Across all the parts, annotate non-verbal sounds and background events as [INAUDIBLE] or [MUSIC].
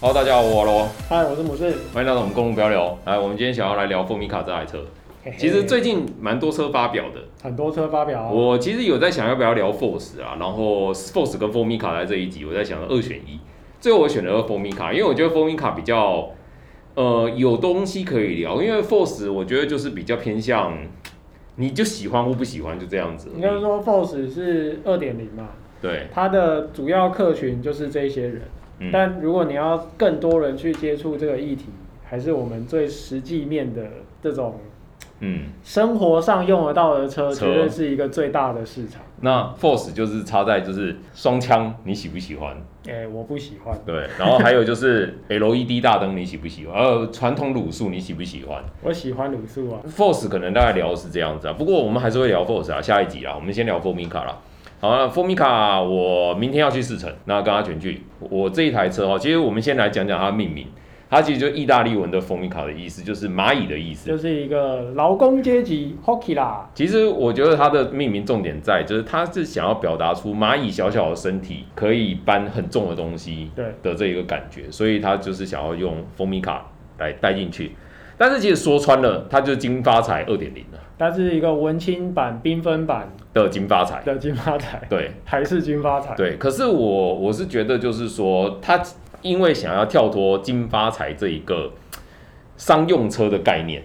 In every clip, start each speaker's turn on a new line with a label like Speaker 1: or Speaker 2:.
Speaker 1: Hello，大家好，我罗，
Speaker 2: 嗨，我是母士。
Speaker 1: 欢迎来到我们公路不要聊。来，我们今天想要来聊富米卡这台车。
Speaker 2: 嘿嘿
Speaker 1: 其实最近蛮多车发表的，
Speaker 2: 很多车发表、哦，
Speaker 1: 我其实有在想要不要聊 Force 啊，然后 Force 跟 f o r m i c a 在这一集，我在想二选一。最后我选了 f o r m i c a 因为我觉得 f o r m i c a 比较呃有东西可以聊，因为 Force 我觉得就是比较偏向你就喜欢或不喜欢就这样子而已。
Speaker 2: 应该是说 Force 是二点零嘛，
Speaker 1: 对，
Speaker 2: 它的主要客群就是这一些人。
Speaker 1: 嗯，
Speaker 2: 但如果你要更多人去接触这个议题，还是我们最实际面的这种
Speaker 1: 嗯，
Speaker 2: 生活上用得到的车，
Speaker 1: 车
Speaker 2: 绝对是一个最大的市场。
Speaker 1: 那 Force 就是插在就是双枪，你喜不喜欢？
Speaker 2: 哎、我不喜欢，
Speaker 1: 对，然后还有就是 LED 大灯，你喜不喜欢？呃，传统卤素你喜不喜欢
Speaker 2: 我喜欢卤素啊。
Speaker 1: ？Force 可能大概聊的是这样子啊，不过我们还是会聊 Force 啊，下一集啊，我们先聊 Formica 啦。好，那 Formica 我明天要去试乘，那跟他全去。我这一台车哈，其实我们先来讲讲它的命名，它其实就意大利文的 Formica 的意思，就是蚂蚁的意思
Speaker 2: 就。是一个劳工阶级 hockey 啦，
Speaker 1: 其实我觉得它的命名重点在，就是它是想要表达出蚂蚁小小的身体可以搬很重的东西
Speaker 2: 对
Speaker 1: 的这一个感觉，所以它就是想要用蜂蜜卡来带进去。但是其实说穿了，它就是金发财二点零了
Speaker 2: 它是一个文青版、缤纷版
Speaker 1: 的金发财。
Speaker 2: 的金发财，
Speaker 1: 对
Speaker 2: 还是金发财。
Speaker 1: 对，可是我我是觉得就是说，它因为想要跳脱金发财这一个商用车的概念，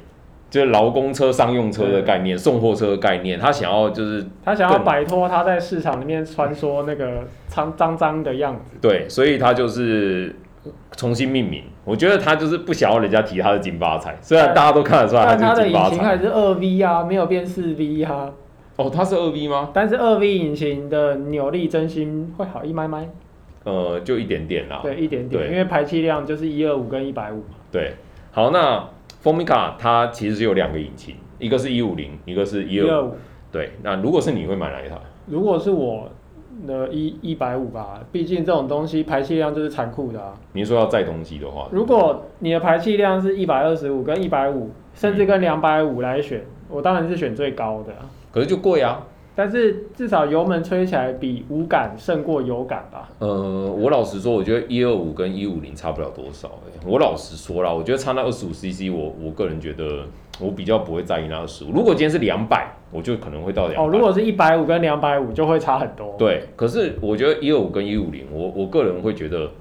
Speaker 1: 就是劳工车、商用车的概念、送货车的概念，它想要就是
Speaker 2: 他想要
Speaker 1: 更
Speaker 2: 摆脱他在市场里面穿梭那个脏脏脏的样子。
Speaker 1: 对，所以他就是重新命名。我觉得他就是不想要人家提他的金发财，虽然
Speaker 2: 但
Speaker 1: 大家都看得出来
Speaker 2: 但
Speaker 1: 啊他
Speaker 2: 它
Speaker 1: 是
Speaker 2: 的
Speaker 1: 金
Speaker 2: 引
Speaker 1: 发
Speaker 2: 擎
Speaker 1: 财。
Speaker 2: 还是二 V 啊，没有变四 V 啊。
Speaker 1: 哦，他是二 V 吗？
Speaker 2: 但是二 V 引擎的扭力真心会好一麦麦，
Speaker 1: 呃，就一点点啦。
Speaker 2: 对，一点点，
Speaker 1: 对
Speaker 2: 因为排气量就是一二五跟一百五嘛。
Speaker 1: 对，好，那 Formica 它其实有两个引擎，一个是一五零，一个是一二。
Speaker 2: 五。
Speaker 1: 对，那如果是你会买哪一台？
Speaker 2: 如果是我的一一百五吧，毕竟这种东西排气量就是残酷的啊。
Speaker 1: 你说要载东西的话，
Speaker 2: 如果你的排气量是一百二十五跟一百五，甚至跟两百五来选，我当然是选最高的啊、
Speaker 1: 可是就贵啊。
Speaker 2: 但是至少油门吹起来比无感胜过有感吧。
Speaker 1: 呃，我老实说，我觉得一二五跟一五零差不了多少、欸。我老实说啦，我觉得差那二十五 CC，我我个人觉得我比较不会在意那二十五。如果今天是两百，我就可能会到两百。
Speaker 2: 哦，如果是一百五跟两百五就会差很多。，
Speaker 1: 啊对，可是我觉得一二五跟一五零，我我个人会觉得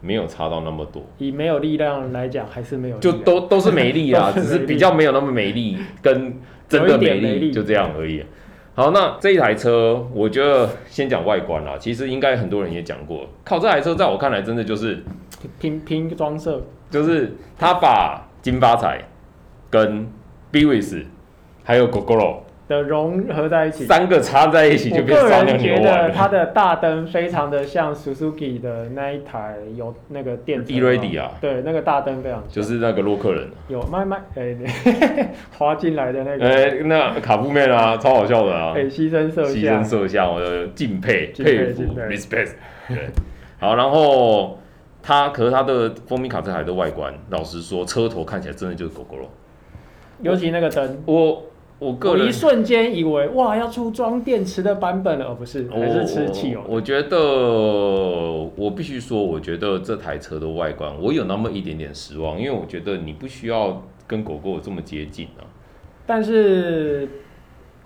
Speaker 1: 没有差到那么多，
Speaker 2: 以没有力量来讲，还是没有力
Speaker 1: 就
Speaker 2: 量。
Speaker 1: 都都是美丽啦，
Speaker 2: [LAUGHS] 都
Speaker 1: 只
Speaker 2: 是
Speaker 1: 是
Speaker 2: 美丽
Speaker 1: 比较没有那么美丽，跟真的美
Speaker 2: 有一点美
Speaker 1: 丽
Speaker 2: 丽
Speaker 1: 就这样而已。啊好，那这一台车，我觉得先讲外观啦。其实应该很多人也讲过，靠，这台车在我看来真的就是
Speaker 2: 拼拼装色，
Speaker 1: 就是他把金发财、跟 b w i s 还有 Gogoro
Speaker 2: 的融合在一起。
Speaker 1: 三个插在一起就
Speaker 2: 我
Speaker 1: 变
Speaker 2: 个
Speaker 1: 撒尿
Speaker 2: 人觉
Speaker 1: 牛
Speaker 2: 得
Speaker 1: 丸
Speaker 2: 它
Speaker 1: 了。
Speaker 2: 的大灯非常的像 Suzuki 的那一台有那个电车
Speaker 1: E-Ready 啊
Speaker 2: 对，那个大灯非常像
Speaker 1: 就是那个洛克人，啊
Speaker 2: 有慢慢诶 [LAUGHS] 滑进来的那
Speaker 1: 哎、
Speaker 2: 个
Speaker 1: 那卡布妹啊，超好笑的啊，
Speaker 2: 诶牺牲摄
Speaker 1: 牺
Speaker 2: 像
Speaker 1: 牲，摄像，我的敬佩、
Speaker 2: 敬佩
Speaker 1: 佩服、
Speaker 2: 敬佩
Speaker 1: respect。对，好，然后它，可是它的蜂蜜卡这台的外观，老实说，车头看起来真的就是狗狗肉。
Speaker 2: 尤其那个灯，
Speaker 1: 我我个
Speaker 2: 我
Speaker 1: 人
Speaker 2: 哦一瞬间以为哇要出装电池的版本了，而不是
Speaker 1: 哦
Speaker 2: 还是吃汽油
Speaker 1: 我。我觉得我必须说，我觉得这台车的外观我有那么一点点失望，因为我觉得你不需要跟狗狗这么接近啊。
Speaker 2: 但是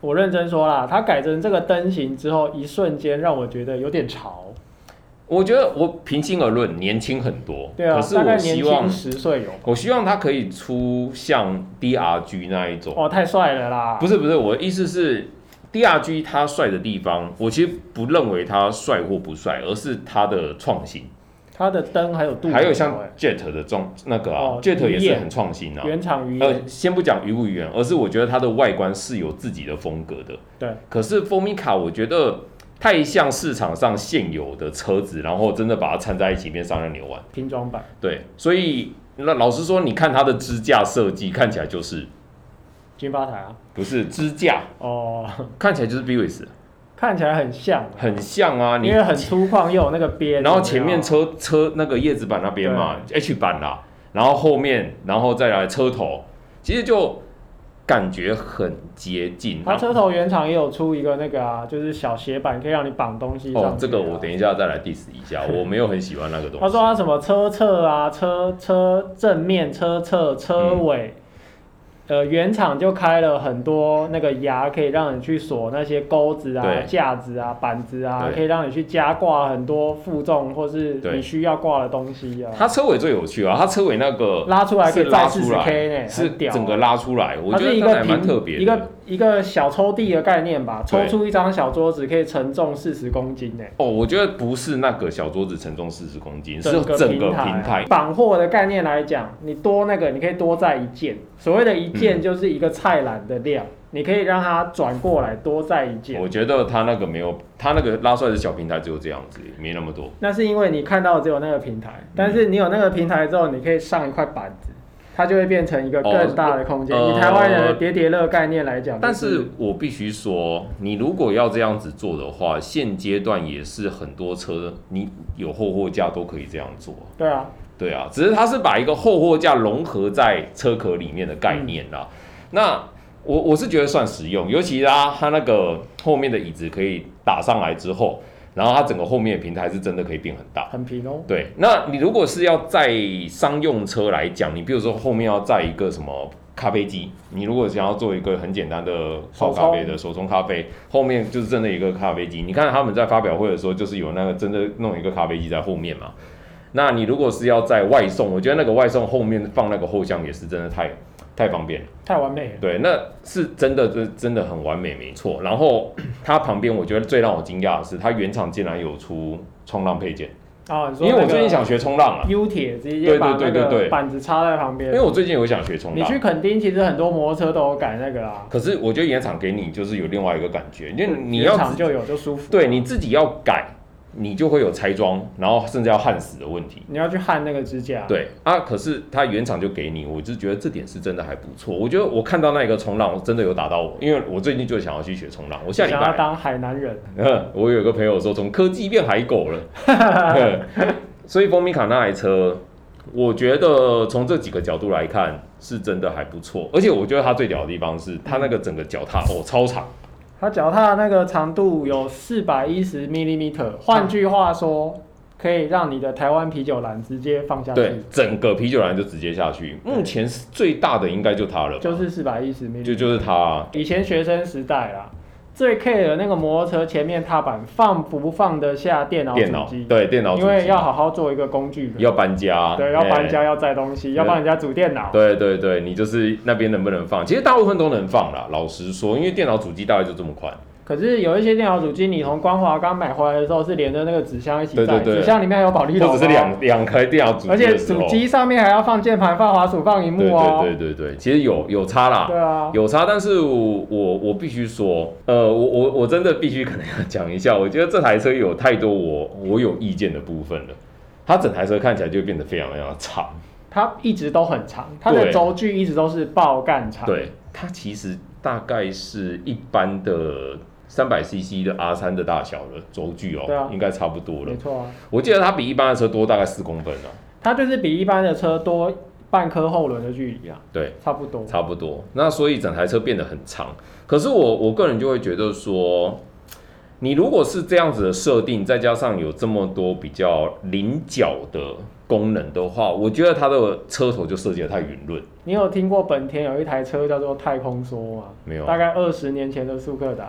Speaker 2: 我认真说啦，它改成这个灯型之后，一瞬间让我觉得有点潮。
Speaker 1: 我觉得我平心而论，年轻很多，
Speaker 2: 对啊
Speaker 1: 可，是
Speaker 2: 大概
Speaker 1: 我
Speaker 2: 年
Speaker 1: 希望
Speaker 2: 轻十岁有吧。
Speaker 1: 我希望它可以出像 DRG 那一种，
Speaker 2: 哦，太帅了啦！
Speaker 1: 不
Speaker 2: 是，
Speaker 1: 是不是，我的意思是 DRG 它帅的地方，我其实不认为它帅或不帅，而是它的创新，
Speaker 2: 它的灯还有镀，
Speaker 1: 还有像 Jet 的创那个啊、
Speaker 2: 欸哦
Speaker 1: j e t 也
Speaker 2: 鱼
Speaker 1: 是
Speaker 2: 眼
Speaker 1: 很创新啊，
Speaker 2: 原厂鱼眼，
Speaker 1: 呃，先不讲鱼不鱼眼，而是我觉得它的外观是有自己的风格的。
Speaker 2: 对，
Speaker 1: 可是蜂蜜卡，我觉得太像市场上现有的车子，然后真的把它掺在一起变商人牛丸。
Speaker 2: 拼装版。
Speaker 1: 对，所以那老实说，你看它的支架设计，看起来就是
Speaker 2: 金发台啊，
Speaker 1: 不是支架，
Speaker 2: 哦， [LAUGHS]
Speaker 1: 看起来就是 b w i s
Speaker 2: 看起来很像，
Speaker 1: 很像啊。
Speaker 2: 因
Speaker 1: 你
Speaker 2: 为很粗犷又有那个边，
Speaker 1: 然后
Speaker 2: 有没有
Speaker 1: 前面车车那个叶子板那边嘛，H 板啦，然后后面，然后再来车头，其实就感觉很接近。
Speaker 2: 它车头原厂也有出一个那个啊，就是小斜板可以让你绑东西上去啊、
Speaker 1: 哦，这个我等一下再来 diss 一 [LAUGHS] 下，我没有很喜欢那个东
Speaker 2: 他
Speaker 1: 西。
Speaker 2: 说他什么车侧啊，车车正面、车侧、车
Speaker 1: 嗯
Speaker 2: 尾，呃，原厂就开了很多那个牙，可以让你去锁那些钩子啊
Speaker 1: 对、
Speaker 2: 架子啊、板子啊，
Speaker 1: 对
Speaker 2: 可以让你去加挂很多负重或是
Speaker 1: 对
Speaker 2: 你需要挂的东西啊。
Speaker 1: 它车尾最有趣啊，它车尾那个
Speaker 2: 拉出来可以
Speaker 1: 是
Speaker 2: 载
Speaker 1: 拉
Speaker 2: 四
Speaker 1: 出
Speaker 2: 十
Speaker 1: 来
Speaker 2: K 呢，
Speaker 1: 是
Speaker 2: 很屌啊
Speaker 1: 整个拉出来，我
Speaker 2: 它
Speaker 1: 觉
Speaker 2: 是
Speaker 1: 得
Speaker 2: 一
Speaker 1: 那
Speaker 2: 个
Speaker 1: 还蛮
Speaker 2: 平
Speaker 1: 特别的。
Speaker 2: 一个一个小抽屉的概念吧，抽
Speaker 1: 对
Speaker 2: 出一张小桌子可以承重四十公斤呢。
Speaker 1: 哦，我觉得不是那个小桌子承重四十公斤，是
Speaker 2: 整个
Speaker 1: 整个
Speaker 2: 平台啊
Speaker 1: 平台。啊
Speaker 2: 绑货的概念来讲，你多那个，你可以多载一件。所谓的一
Speaker 1: 嗯
Speaker 2: 件就是一个菜篮的量，你可以让它转过来多载一件。
Speaker 1: 我觉得它那个没有，它那个拉出来的小平台只有这样子，没那么多。
Speaker 2: 那是因为你看到只有那个平台，但是你有那个平台之后，你可以上一块板子，它就会变成一个更大的空间。
Speaker 1: 哦
Speaker 2: 以台湾人的叠叠乐概念来讲，
Speaker 1: 但
Speaker 2: 就是
Speaker 1: 啊我必须说，你如果要这样子做的话，现阶段也是很多车，你有后货架都可以这样做。
Speaker 2: 对啊，
Speaker 1: 对啊，只是它是把一个后货架融合在车壳里面的概念啦。那我我是觉得算实用，尤其它它那个后面的椅子可以打上来之后，然后它整个后面的平台是真的可以变很大。
Speaker 2: 很平哦。
Speaker 1: 对，那你如果是要载商用车来讲，你比如说后面要载一个什么咖啡机，你如果想要做一个很简单的泡咖啡的手冲咖啡，后面就是真的一个咖啡机。你看他们在发表会的时候，就是有那个真的弄一个咖啡机在后面嘛。那你如果是要在外送，我觉得那个外送后面放那个后箱也是真的太太方便了。
Speaker 2: 太完美了。
Speaker 1: 对，那是真的，真真的很完美，没错。然后它旁边，我觉得最让我惊讶的是，它原厂竟然有出冲浪配件，
Speaker 2: 啊，你说
Speaker 1: 因为我
Speaker 2: 那个
Speaker 1: 最近想学冲浪啊。
Speaker 2: U 铁直接
Speaker 1: 对
Speaker 2: 把那
Speaker 1: 对对对
Speaker 2: 个
Speaker 1: 对
Speaker 2: 板子插在旁边
Speaker 1: 因为。我最近有想学冲
Speaker 2: 你去
Speaker 1: 浪，
Speaker 2: 垦丁，其实很多摩托车都有改那个啊。
Speaker 1: 可是我觉得原厂给你就是有另外一个感觉，因为你
Speaker 2: 原
Speaker 1: 要
Speaker 2: 厂
Speaker 1: 自
Speaker 2: 就有就舒服。
Speaker 1: 对你自己要改，你就会有拆装，然后甚至要焊死的问题。
Speaker 2: 你要去焊那个支架。，
Speaker 1: 对啊，可是它原厂就给你，我就觉得这点是真的还不错。我觉得我看到那一个冲浪，真的有打到我，因为我最近就想要去学冲浪。我下礼
Speaker 2: 想要
Speaker 1: 拜，
Speaker 2: 当海南人，
Speaker 1: 嗯 [LAUGHS] 我有一个朋友说从科技变海狗了，嗯所以风米卡那台车，我觉得从这几个角度来看是真的还不错。而且我觉得它最屌的地方是它那个整个脚踏哦超长。
Speaker 2: 他脚踏那个长度有四百一十 m m 换句话说，可以让你的台湾啤酒篮直接放下
Speaker 1: 对
Speaker 2: 去，，
Speaker 1: 整个啤酒篮就直接下去。嗯
Speaker 2: 对
Speaker 1: 目前是最大的应该就它了吧，
Speaker 2: 就是四百一十 m
Speaker 1: 就
Speaker 2: m
Speaker 1: 就是它啊、
Speaker 2: 以前学生时代啦，最 care 的那个摩托车前面踏板放不放得下电脑
Speaker 1: 电
Speaker 2: 主
Speaker 1: 脑
Speaker 2: 机，
Speaker 1: 对电脑主
Speaker 2: 嗯因为
Speaker 1: 机
Speaker 2: 要好好做一个工具人，
Speaker 1: 要搬家，
Speaker 2: 对，要搬家，
Speaker 1: 哎。
Speaker 2: 要载东西，要帮人家组电脑。
Speaker 1: 对对对，你就是那边能不能放？其实大部分都能放啦。老实说，因为电脑主机大概就这么宽。
Speaker 2: 可是有一些电脑主机，你从光华刚买回来的时候是连着那个纸箱一起
Speaker 1: 对
Speaker 2: 载，
Speaker 1: 对对
Speaker 2: 纸箱里面还有保利龙、啊
Speaker 1: 或者是两，两台电脑主
Speaker 2: 而
Speaker 1: 机
Speaker 2: 且
Speaker 1: 的时候，
Speaker 2: 主机上面还要放键盘、放滑鼠、放荧
Speaker 1: 对
Speaker 2: 幕哦。
Speaker 1: 对对对对，其实有有差啦，
Speaker 2: 对啊，
Speaker 1: 有差，但是我我我必须说，呃，我我我真的必须可能要讲一下，我觉得这台车有太多我我有意见的部分了，它整台车看起来就变得非常非常长，
Speaker 2: 它一直都很长，它的
Speaker 1: 对
Speaker 2: 轴距一直都是爆干长。，
Speaker 1: 对，它其实大概是一般的三百 CC 的 R 三的大小了，轴距哦，
Speaker 2: 对啊
Speaker 1: 应该差不多了
Speaker 2: 没，错啊，
Speaker 1: 我记得它比一般的车多大概四公分啊，
Speaker 2: 它就是比一般的车多半颗后轮的距离啊，
Speaker 1: 对。
Speaker 2: 差不多。
Speaker 1: 差不多。那所以整台车变得很长。可是我我个人就会觉得说，你如果是这样子的设定，再加上有这么多比较菱角的功能的话，我觉得它的车头就设计的太圆润，
Speaker 2: 你有听过本田有一台车叫做太空梭吗？
Speaker 1: 没有
Speaker 2: 大概二十年前的速克达。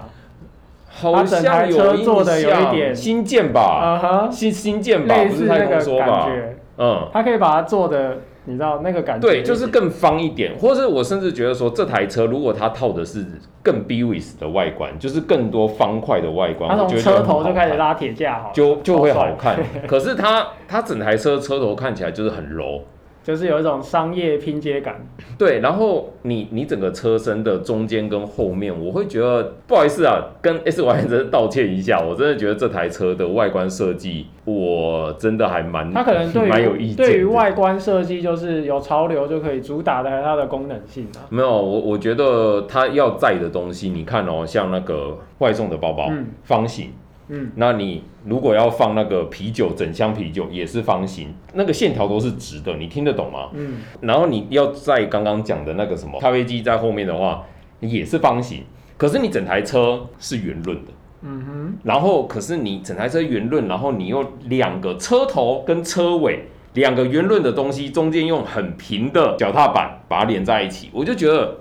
Speaker 1: 好像有
Speaker 2: 它整台车做得有一点
Speaker 1: 新建吧，
Speaker 2: 啊哈，
Speaker 1: 新新建吧，
Speaker 2: 类
Speaker 1: 不
Speaker 2: 似
Speaker 1: 是
Speaker 2: 那
Speaker 1: 太
Speaker 2: 个
Speaker 1: 空说
Speaker 2: 感
Speaker 1: 吧，
Speaker 2: 觉，
Speaker 1: 嗯。
Speaker 2: 它可以把它做的，你知道那个感觉。
Speaker 1: 对，就是更方一点，或者我甚至觉得说，这台车如果它套的是更 b w i s 的外观，就是更多方块的外观，
Speaker 2: 它
Speaker 1: 我
Speaker 2: 从
Speaker 1: 觉得
Speaker 2: 车
Speaker 1: 很
Speaker 2: 头
Speaker 1: 好
Speaker 2: 就开始
Speaker 1: 看
Speaker 2: 拉铁架好了，
Speaker 1: 就就会好
Speaker 2: 超
Speaker 1: 看。
Speaker 2: [LAUGHS]
Speaker 1: 可是它它整台车车头看起来就是很柔，
Speaker 2: 就是有一种商业拼接感。
Speaker 1: 对。然后你你整个车身的中间跟后面，我会觉得不好意思啊，跟 S Y 真的道歉一下，我真的觉得这台车的外观设计，我真嗯的还蛮
Speaker 2: 它可能对
Speaker 1: 蛮有意
Speaker 2: 于
Speaker 1: 见的。
Speaker 2: 对于外观设计就是有潮流就可以主打的还是它的功能性啊。
Speaker 1: 没有我我觉得它要载的东西，你看哦，像那个外送的包包，
Speaker 2: 嗯
Speaker 1: 方形。
Speaker 2: 嗯，
Speaker 1: 那你如果要放那个啤酒，整箱啤酒也是方形，那个线条都是直的，你听得懂吗？
Speaker 2: 嗯，
Speaker 1: 然后你要在刚刚讲的那个什么咖啡机在后面的话，也是方形，可是你整台车是圆润的。
Speaker 2: 嗯哼，
Speaker 1: 然后可是你整台车圆润，然后你用两个车头跟车尾两个圆润的东西，中间用很平的脚踏板把它连在一起，我就觉得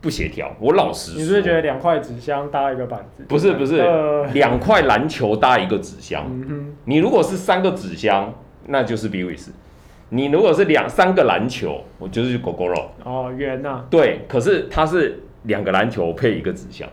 Speaker 1: 不协调。我老实说，
Speaker 2: 你是不是觉得两块纸箱搭一个板子？
Speaker 1: 不是不是
Speaker 2: 呃，
Speaker 1: 两块篮球搭一个纸箱？
Speaker 2: 嗯哼，
Speaker 1: 你如果是三个纸箱，那就是 b w i s 你如果是两三个篮球，我就是狗狗肉。
Speaker 2: 哦，圆呐、
Speaker 1: 对，可是它是两个篮球配一个纸箱，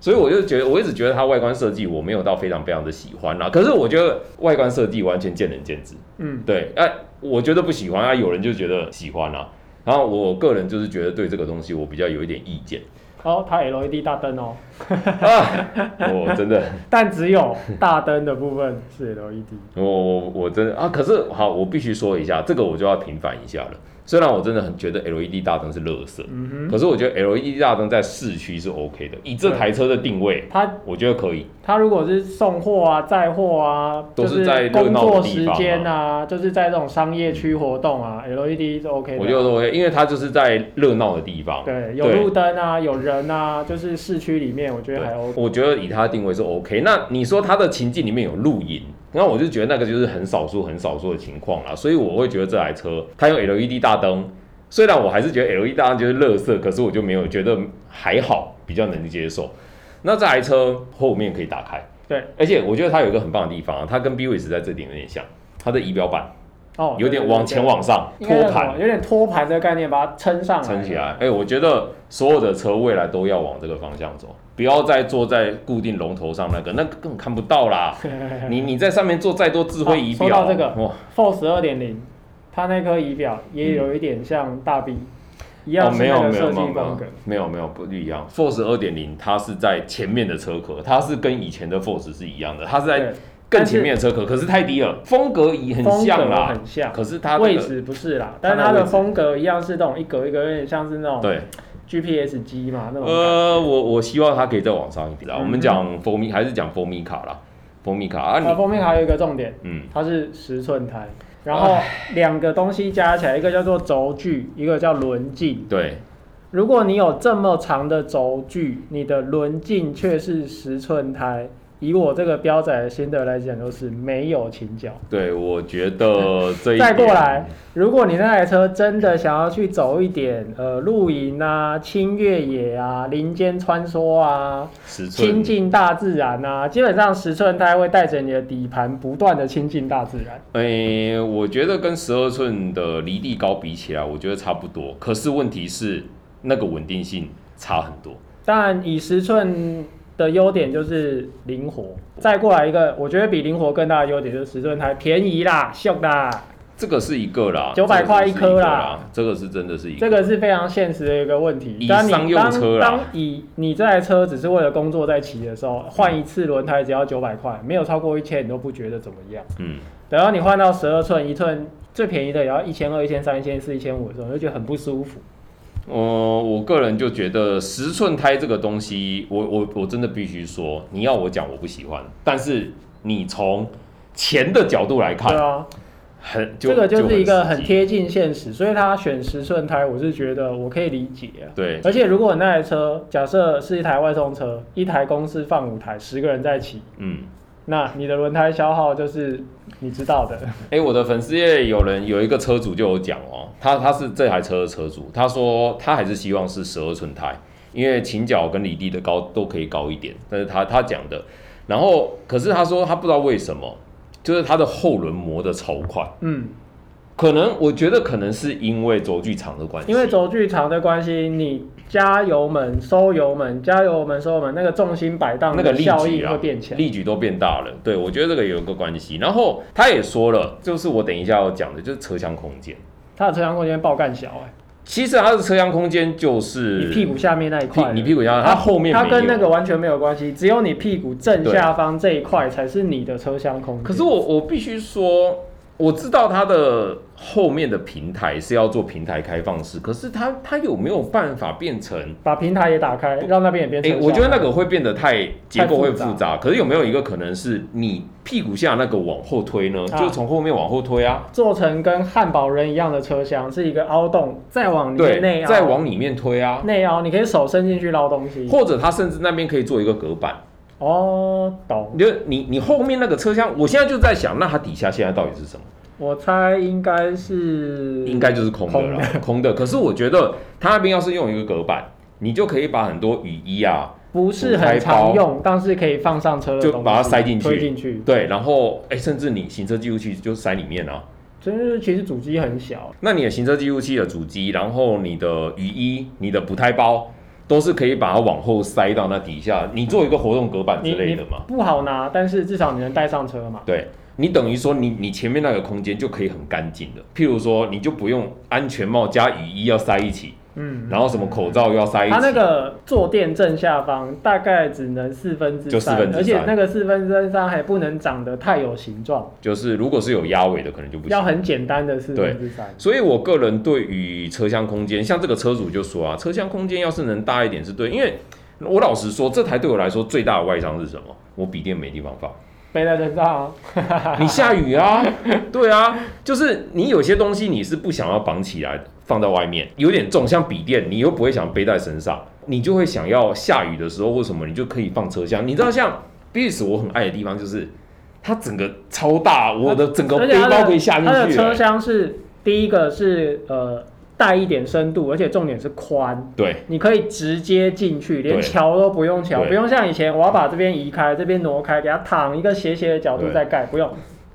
Speaker 1: 所以我就觉得，我一直觉得它外观设计我没有到非常非常的喜欢啦。可是我觉得外观设计完全见仁见智，
Speaker 2: 嗯，
Speaker 1: 对，哎、我觉得不喜欢啊，有人就觉得喜欢啊。然后我个人就是觉得对这个东西我比较有一点意见
Speaker 2: 哦，它 LED 大灯哦，
Speaker 1: 啊，我真的， [LAUGHS]
Speaker 2: 但只有大灯的部分是 E LED。
Speaker 1: 我我我真的啊，可是好，我必须说一下，这个我就要平反一下了。虽然我真的很觉得 LED 大灯是垃圾，
Speaker 2: 嗯
Speaker 1: 可是我觉得 LED 大灯在市区是 OK 的，以这台车的定位
Speaker 2: 哼，，它
Speaker 1: 我觉得可以。
Speaker 2: 它如果是送货啊、载货啊，
Speaker 1: 都
Speaker 2: 就是
Speaker 1: 在热
Speaker 2: 工
Speaker 1: 闹的
Speaker 2: 作
Speaker 1: 地
Speaker 2: 时
Speaker 1: 方啊
Speaker 2: 间啊，就是在这种商业区活动啊，LED 是 OK 的啊。
Speaker 1: 我就说，因为它就是在热闹的地方。
Speaker 2: 对，有
Speaker 1: 对
Speaker 2: 路灯啊，有人啊，就是市区里面，我觉得还 OK。
Speaker 1: 我觉得以它的定位是 OK。那你说它的情境里面有露营，那我就觉得那个就是很少数、很少数的情况啦。所以我会觉得这台车它有 LED 大灯，虽然我还是觉得 LED 大灯就是垃圾，可是我就没有觉得还好，比较能接受。那这台车后面可以打开，
Speaker 2: 对，
Speaker 1: 而且我觉得它有一个很棒的地方、啊，它跟 b w i s 在这点有点像，它的仪表板
Speaker 2: 哦，
Speaker 1: 有点往前往上
Speaker 2: 对
Speaker 1: 托
Speaker 2: 对对应该叫什
Speaker 1: 盘
Speaker 2: 么，有点托盘的概念，把它撑上来，
Speaker 1: 撑起来。哎、我觉得所有的车未来都要往这个方向走，不要再坐在固定龙头上那个，那个根本看不到啦。你你在上面做再多智慧仪表，
Speaker 2: 嗯啊说到这个
Speaker 1: 哇，
Speaker 2: Force 二点零，它那颗仪表也有一点像大 B，、一
Speaker 1: 哦
Speaker 2: 样是
Speaker 1: 没有
Speaker 2: 那个
Speaker 1: 没有
Speaker 2: 设
Speaker 1: 没
Speaker 2: 计
Speaker 1: 有没
Speaker 2: 风
Speaker 1: 有
Speaker 2: 格。
Speaker 1: 没有没有不一样。Force 二点零它是在前面的车壳，它是跟以前的 Force 是一样的，它是在
Speaker 2: 对，
Speaker 1: 更前面的车壳，可是太低了，风格仪很
Speaker 2: 风
Speaker 1: 像
Speaker 2: 格
Speaker 1: 啦，
Speaker 2: 很像，
Speaker 1: 可是它、这个
Speaker 2: 位置不是啦，但是
Speaker 1: 它
Speaker 2: 它
Speaker 1: 的位
Speaker 2: 的
Speaker 1: 置
Speaker 2: 风格一样是那种一格一格，有点像是那种
Speaker 1: 对。
Speaker 2: GPS 机嘛那种感觉。
Speaker 1: 呃，我我希望它可以再往上一点啦。
Speaker 2: 嗯哼
Speaker 1: 我们讲蜂蜜还是讲蜂蜜卡啦，蜂蜜卡啊
Speaker 2: 它
Speaker 1: 你
Speaker 2: 封面还有一个重点，
Speaker 1: 嗯
Speaker 2: 它是十寸胎，然后两个东西加起来，一个叫做轴距，一个叫轮径。
Speaker 1: 对
Speaker 2: 如果你有这么长的轴距，你的轮径却是十寸胎，以我这个标仔的心得来讲，就是没有倾角。
Speaker 1: 对，我觉得这一
Speaker 2: 再过
Speaker 1: 点
Speaker 2: 来，如果你那台车真的想要去走一点呃露营啊、轻越野啊、林间穿梭啊、
Speaker 1: 十寸
Speaker 2: 亲近大自然啊，基本上十寸胎会带着你的底盘不断的亲近大自然。
Speaker 1: 诶、我觉得跟十二寸的离地高比起来，我觉得差不多。可是问题是，那个稳定性差很多。
Speaker 2: 但以十寸的优点就是灵活，再过来一个，我觉得比灵活更大的优点就是十寸胎便宜啦，秀啦，
Speaker 1: 这个是一个啦，
Speaker 2: 900块
Speaker 1: 这个是
Speaker 2: 一颗啦
Speaker 1: 个啦，这个是真的是一
Speaker 2: 这个是非常现实的一个问题
Speaker 1: 以。
Speaker 2: 当你
Speaker 1: 商用车
Speaker 2: 当
Speaker 1: 啦
Speaker 2: 当以你这台车只是为了工作在骑的时候，换一次轮胎只要九百块，没有超过一千你都不觉得怎么样。
Speaker 1: 嗯，
Speaker 2: 等到你换到十二寸、一寸最便宜的也要一千二、一千三、一千四、一千五的时候，你就觉得很不舒服。
Speaker 1: 呃，我个人就觉得十寸胎这个东西，我我我真的必须说，你要我讲我不喜欢，但是你从钱的角度来
Speaker 2: 对
Speaker 1: 看，
Speaker 2: 啊，
Speaker 1: 很就
Speaker 2: 这个就是一个
Speaker 1: 很
Speaker 2: 很
Speaker 1: 实际
Speaker 2: 贴近现实，所以他选十寸胎，我是觉得我可以理解啊。
Speaker 1: 对
Speaker 2: 而且如果那台车假设是一台外送车，一台公司放五台，十个人在骑，
Speaker 1: 嗯。
Speaker 2: 那你的轮胎消耗就是你知道
Speaker 1: [LAUGHS]
Speaker 2: 的。
Speaker 1: 哎、我的粉丝页有人有一个车主就有讲哦，他他是这台车的车主，他说他还是希望是十二寸胎，因为倾角跟离地的高都可以高一点，但是他他讲的，然后可是他说他不知道为什么，就是他的后轮磨得超快，
Speaker 2: 嗯，
Speaker 1: 可能我觉得可能是因为轴距长的关系，
Speaker 2: 因为轴距长的关系，你加油门、收油门、加油门、收油门，那个重心摆荡
Speaker 1: 那个
Speaker 2: 的
Speaker 1: 力
Speaker 2: 效
Speaker 1: 矩
Speaker 2: 应
Speaker 1: 啊
Speaker 2: 会变强。
Speaker 1: 力矩都变大了，对我觉得这个有一个关系，然后他也说了，就是我等一下要讲的，就是车厢空间，
Speaker 2: 它的车厢空间爆干小哎、
Speaker 1: 其实它的车厢空间就是
Speaker 2: 你屁股下面那一
Speaker 1: 屁
Speaker 2: 块，
Speaker 1: 你屁股下，
Speaker 2: 它
Speaker 1: 它后面
Speaker 2: 它
Speaker 1: 没
Speaker 2: 跟
Speaker 1: 有
Speaker 2: 那个完全没有关系，只有你屁股正下方这一块才是你的车厢空间。
Speaker 1: 可是我我必须说，我知道它的后面的平台是要做平台开放式，可是它它有没有办法变成？
Speaker 2: 把平台也打开，让那边也变啊
Speaker 1: 哎、
Speaker 2: 成。
Speaker 1: 我觉得那个会变得太结构会
Speaker 2: 复杂
Speaker 1: 复杂，可是有没有一个可能是你屁股下那个往后推呢？
Speaker 2: 啊
Speaker 1: 就从后面往后推啊，
Speaker 2: 做成跟汉堡人一样的车厢，是一个凹洞，再往里面内
Speaker 1: 对，
Speaker 2: 凹，
Speaker 1: 再往哦里面推啊，
Speaker 2: 内凹，你可以手伸进去捞东西。
Speaker 1: 或者它甚至那边可以做一个隔板，
Speaker 2: 哦，懂。
Speaker 1: 你就你你后面那个车厢，我现在就在想，那它底下现在到底是什么？
Speaker 2: 我猜应该是
Speaker 1: 应该就是空的啦，空的。可是我觉得它那边要是用一个隔板，你就可以把很多雨衣啊，
Speaker 2: 不是很常用，但是可以放上车的东西
Speaker 1: 就把它塞进去
Speaker 2: 推进去。
Speaker 1: 对，然后哎、甚至你行车记录器就塞里面啊。
Speaker 2: 所以就是其实主机很小，
Speaker 1: 那你的行车记录器的主机，然后你的雨衣、你的补胎包，都是可以把它往后塞到那底下，你做一个活动隔板
Speaker 2: 你
Speaker 1: 之类
Speaker 2: 你
Speaker 1: 的嘛。
Speaker 2: 不好拿，但是至少你能带上车嘛。
Speaker 1: 对，你等于说你你前面那个空间就可以很干净的，譬如说你就不用安全帽加雨衣要塞一起，
Speaker 2: 嗯，
Speaker 1: 然后什么口罩又要塞一起。
Speaker 2: 它那个坐垫正下方大概只能四分之
Speaker 1: 就四分之三
Speaker 2: 而且那个四分之三还不能长得太有形状，
Speaker 1: 就是如果是有压尾的，可能就不行
Speaker 2: 要。很简单的四分之三。
Speaker 1: 所以我个人对于车厢空间，像这个车主就说啊，车厢空间要是能大一点是对，因为我老实说，这台对我来说最大的外伤是什么？我笔电没地
Speaker 2: [LAUGHS]
Speaker 1: 方放。
Speaker 2: 背在身上啊，
Speaker 1: 你下雨啊，对啊，就是你有些东西你是不想要绑起来的，放在外面，有点重，像笔电，你又不会想背在身上，你就会想要下雨的时候，为什么你就可以放车厢？你知道像 b s 我很爱的地方就是。它整个超大，我的整个
Speaker 2: 而
Speaker 1: 背
Speaker 2: 且它
Speaker 1: 包可以
Speaker 2: 的
Speaker 1: 下进
Speaker 2: 它的
Speaker 1: 去、
Speaker 2: 车厢是第一个是呃带一点深度，而且重点是宽，
Speaker 1: 对，
Speaker 2: 你可以直接进去，连
Speaker 1: 对
Speaker 2: 桥都不用桥，
Speaker 1: 对
Speaker 2: 不用像以前我要把这边移开，这边挪开，给它躺一个斜斜的角度
Speaker 1: 对
Speaker 2: 再盖，不用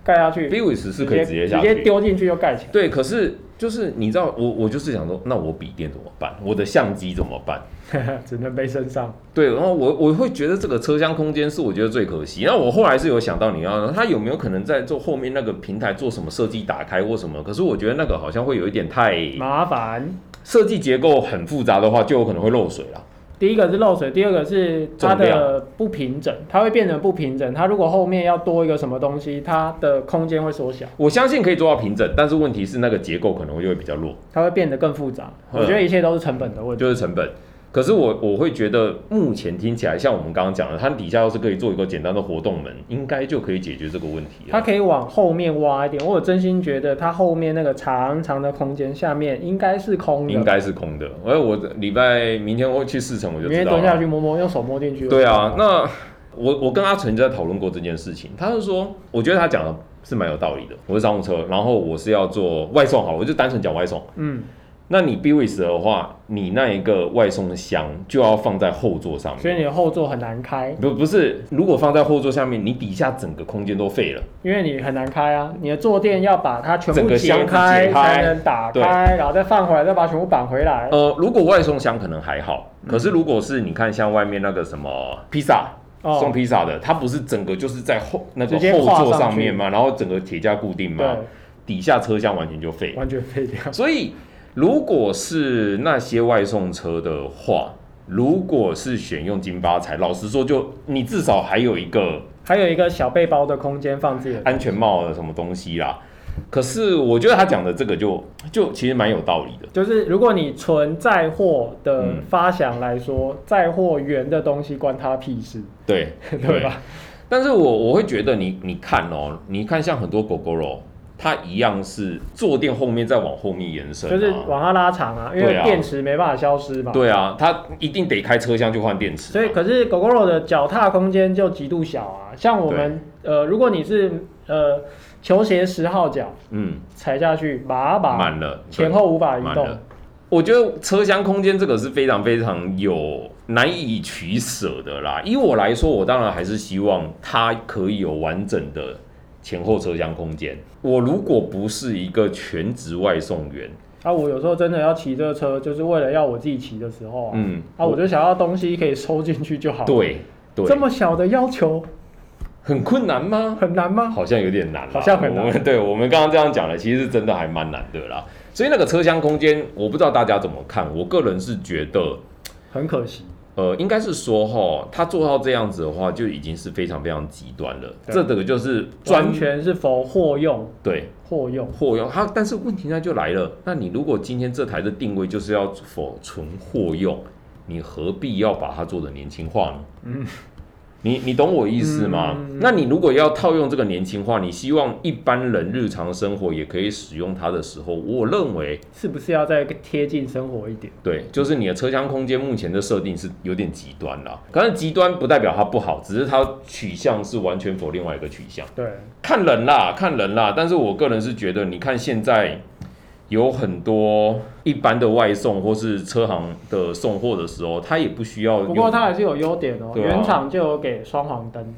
Speaker 2: 盖下去，
Speaker 1: b s 是可以直接下去，
Speaker 2: 直接丢进去就盖起来。
Speaker 1: 对，可是就是你知道，我我就是想说，那我笔电怎么办？我的相机怎么办？
Speaker 2: [LAUGHS] 只能背身上。
Speaker 1: 对，然后我我会觉得这个车厢空间是我觉得最可惜。那我后来是有想到你要它有没有可能在做后面那个平台做什么设计打开或什么？可是我觉得那个好像会有一点太
Speaker 2: 麻烦。
Speaker 1: 设计结构很复杂的话，就有可能会漏水啦。
Speaker 2: 第一个是漏水，第二个是它
Speaker 1: 重
Speaker 2: 的不平整，它会变成不平整。它如果后面要多一个什么东西，它的空间会缩小，
Speaker 1: 我相信可以做到平整，但是问题是那个结构可能就会比较弱，
Speaker 2: 它会变得更复杂。
Speaker 1: 嗯
Speaker 2: 我觉得一切都是成本的问题。
Speaker 1: 就是成本。可是我我会觉得，目前听起来像我们刚刚讲的，它底下要是可以做一个简单的活动门，应该就可以解决这个问题了。
Speaker 2: 它可以往后面挖一点，我有真心觉得它后面那个长长的空间下面应该是空的，
Speaker 1: 应该是空的。而我礼拜明天我去试乘，我就
Speaker 2: 因
Speaker 1: 知
Speaker 2: 为
Speaker 1: 道
Speaker 2: 蹲下
Speaker 1: 了。
Speaker 2: 去摸摸，用手摸进去。
Speaker 1: 对啊，，那我我跟阿纯就在讨论过这件事情，他就说，我觉得他讲的是蛮有道理的。我是商务车，然后我是要做外送，好了，我就单纯讲外送。
Speaker 2: 嗯，
Speaker 1: 那你 b w i s 的话，你那一个外送箱就要放在后座上
Speaker 2: 所以
Speaker 1: 面。
Speaker 2: 你的后座很难开，
Speaker 1: 不不是，如果放在后座下面，你底下整个空间都废了。
Speaker 2: 因为你很难开啊，你的坐垫要把它全
Speaker 1: 整
Speaker 2: 部
Speaker 1: 个箱
Speaker 2: 解
Speaker 1: 子
Speaker 2: 开
Speaker 1: 解开
Speaker 2: 才能打
Speaker 1: 对
Speaker 2: 开，然后再放回来，再把它全部绑回来。
Speaker 1: 呃，如果外送箱可能还好，可是如果是你看像外面那个什么披萨，
Speaker 2: 哦
Speaker 1: 送披萨的，它不是整个就是在后那个
Speaker 2: 直接跨
Speaker 1: 后座
Speaker 2: 上
Speaker 1: 上
Speaker 2: 去
Speaker 1: 面嘛，然后整个铁架固定嘛，
Speaker 2: 对，
Speaker 1: 底下车厢完全就废。
Speaker 2: 完全废掉。
Speaker 1: 所以如果是那些外送车的话，如果是选用金发财，老实说就，你至少还有一个
Speaker 2: 还有一个小背包的空间放自己的。
Speaker 1: 安全帽的什么东西啦。可是我觉得他讲的这个就就其实蛮有道理的。
Speaker 2: 就是如果你纯载货的
Speaker 1: 嗯
Speaker 2: 发想来说，载货员的东西关他屁事，
Speaker 1: 对
Speaker 2: 对吧？
Speaker 1: 但是我我会觉得你你看哦，你看像很多狗狗肉，它一样是坐垫后面再往后面延伸、啊，
Speaker 2: 就是往它拉长啊，因
Speaker 1: 对
Speaker 2: 为
Speaker 1: 啊
Speaker 2: 电池没办法消失嘛。
Speaker 1: 对啊，它一定得开车厢去换电池嘛。啊
Speaker 2: 所以，可是狗狗肉的脚踏空间就极度小啊。像我们呃，如果你是呃球鞋十号脚
Speaker 1: 嗯，
Speaker 2: 踩下去，把把
Speaker 1: 满了，
Speaker 2: 啊前后无法
Speaker 1: 对
Speaker 2: 移
Speaker 1: 满
Speaker 2: 动
Speaker 1: 了。。我觉得车厢空间这个是非常非常有难以取舍的啦。以我来说，我当然还是希望它可以有完整的前后车厢空间。我如果不是一个全职外送员，
Speaker 2: 啊，我有时候真的要骑这车，就是为了要我自己骑的时候啊，
Speaker 1: 嗯，
Speaker 2: 啊，我就想要东西可以收进去就好。，
Speaker 1: 对
Speaker 2: 哦这
Speaker 1: 对，
Speaker 2: 么小的要求
Speaker 1: 很困难吗？
Speaker 2: 很难
Speaker 1: [LAUGHS]
Speaker 2: 吗？
Speaker 1: 好像有点难啦，
Speaker 2: 好像很难
Speaker 1: 我们对 [LAUGHS] 我们刚刚这样讲了，其实是真的还蛮难的啦。所以那个车厢空间，我不知道大家怎么看。我个人是觉得，
Speaker 2: 很可惜，
Speaker 1: 呃，应该是说哈，他做到这样子的话，就已经是非常非常极端了。
Speaker 2: 对
Speaker 1: 这个就是专
Speaker 2: 完全是否货用，
Speaker 1: 对
Speaker 2: 货用
Speaker 1: 货用它，但是问题那就来了，那你如果今天这台的定位就是要否纯货用，你何必要把它做的年轻化呢？
Speaker 2: 嗯，
Speaker 1: 你你懂我意思吗？
Speaker 2: 嗯
Speaker 1: 那你如果要套用这个年轻化，你希望一般人日常生活也可以使用它的时候，我认为
Speaker 2: 是不是要再贴近生活一点？
Speaker 1: 对，就是你的车厢空间目前的设定是有点极端啦。可是极端不代表它不好，只是它取向是完全否另外一个取向。
Speaker 2: 对，
Speaker 1: 看人啦，看人啦。但是我个人是觉得，你看现在有很多一般的外送或是车行的送货的时候，它也不需要。
Speaker 2: 不过它还是有优点哦、
Speaker 1: 对啊
Speaker 2: 原厂就有给双黄灯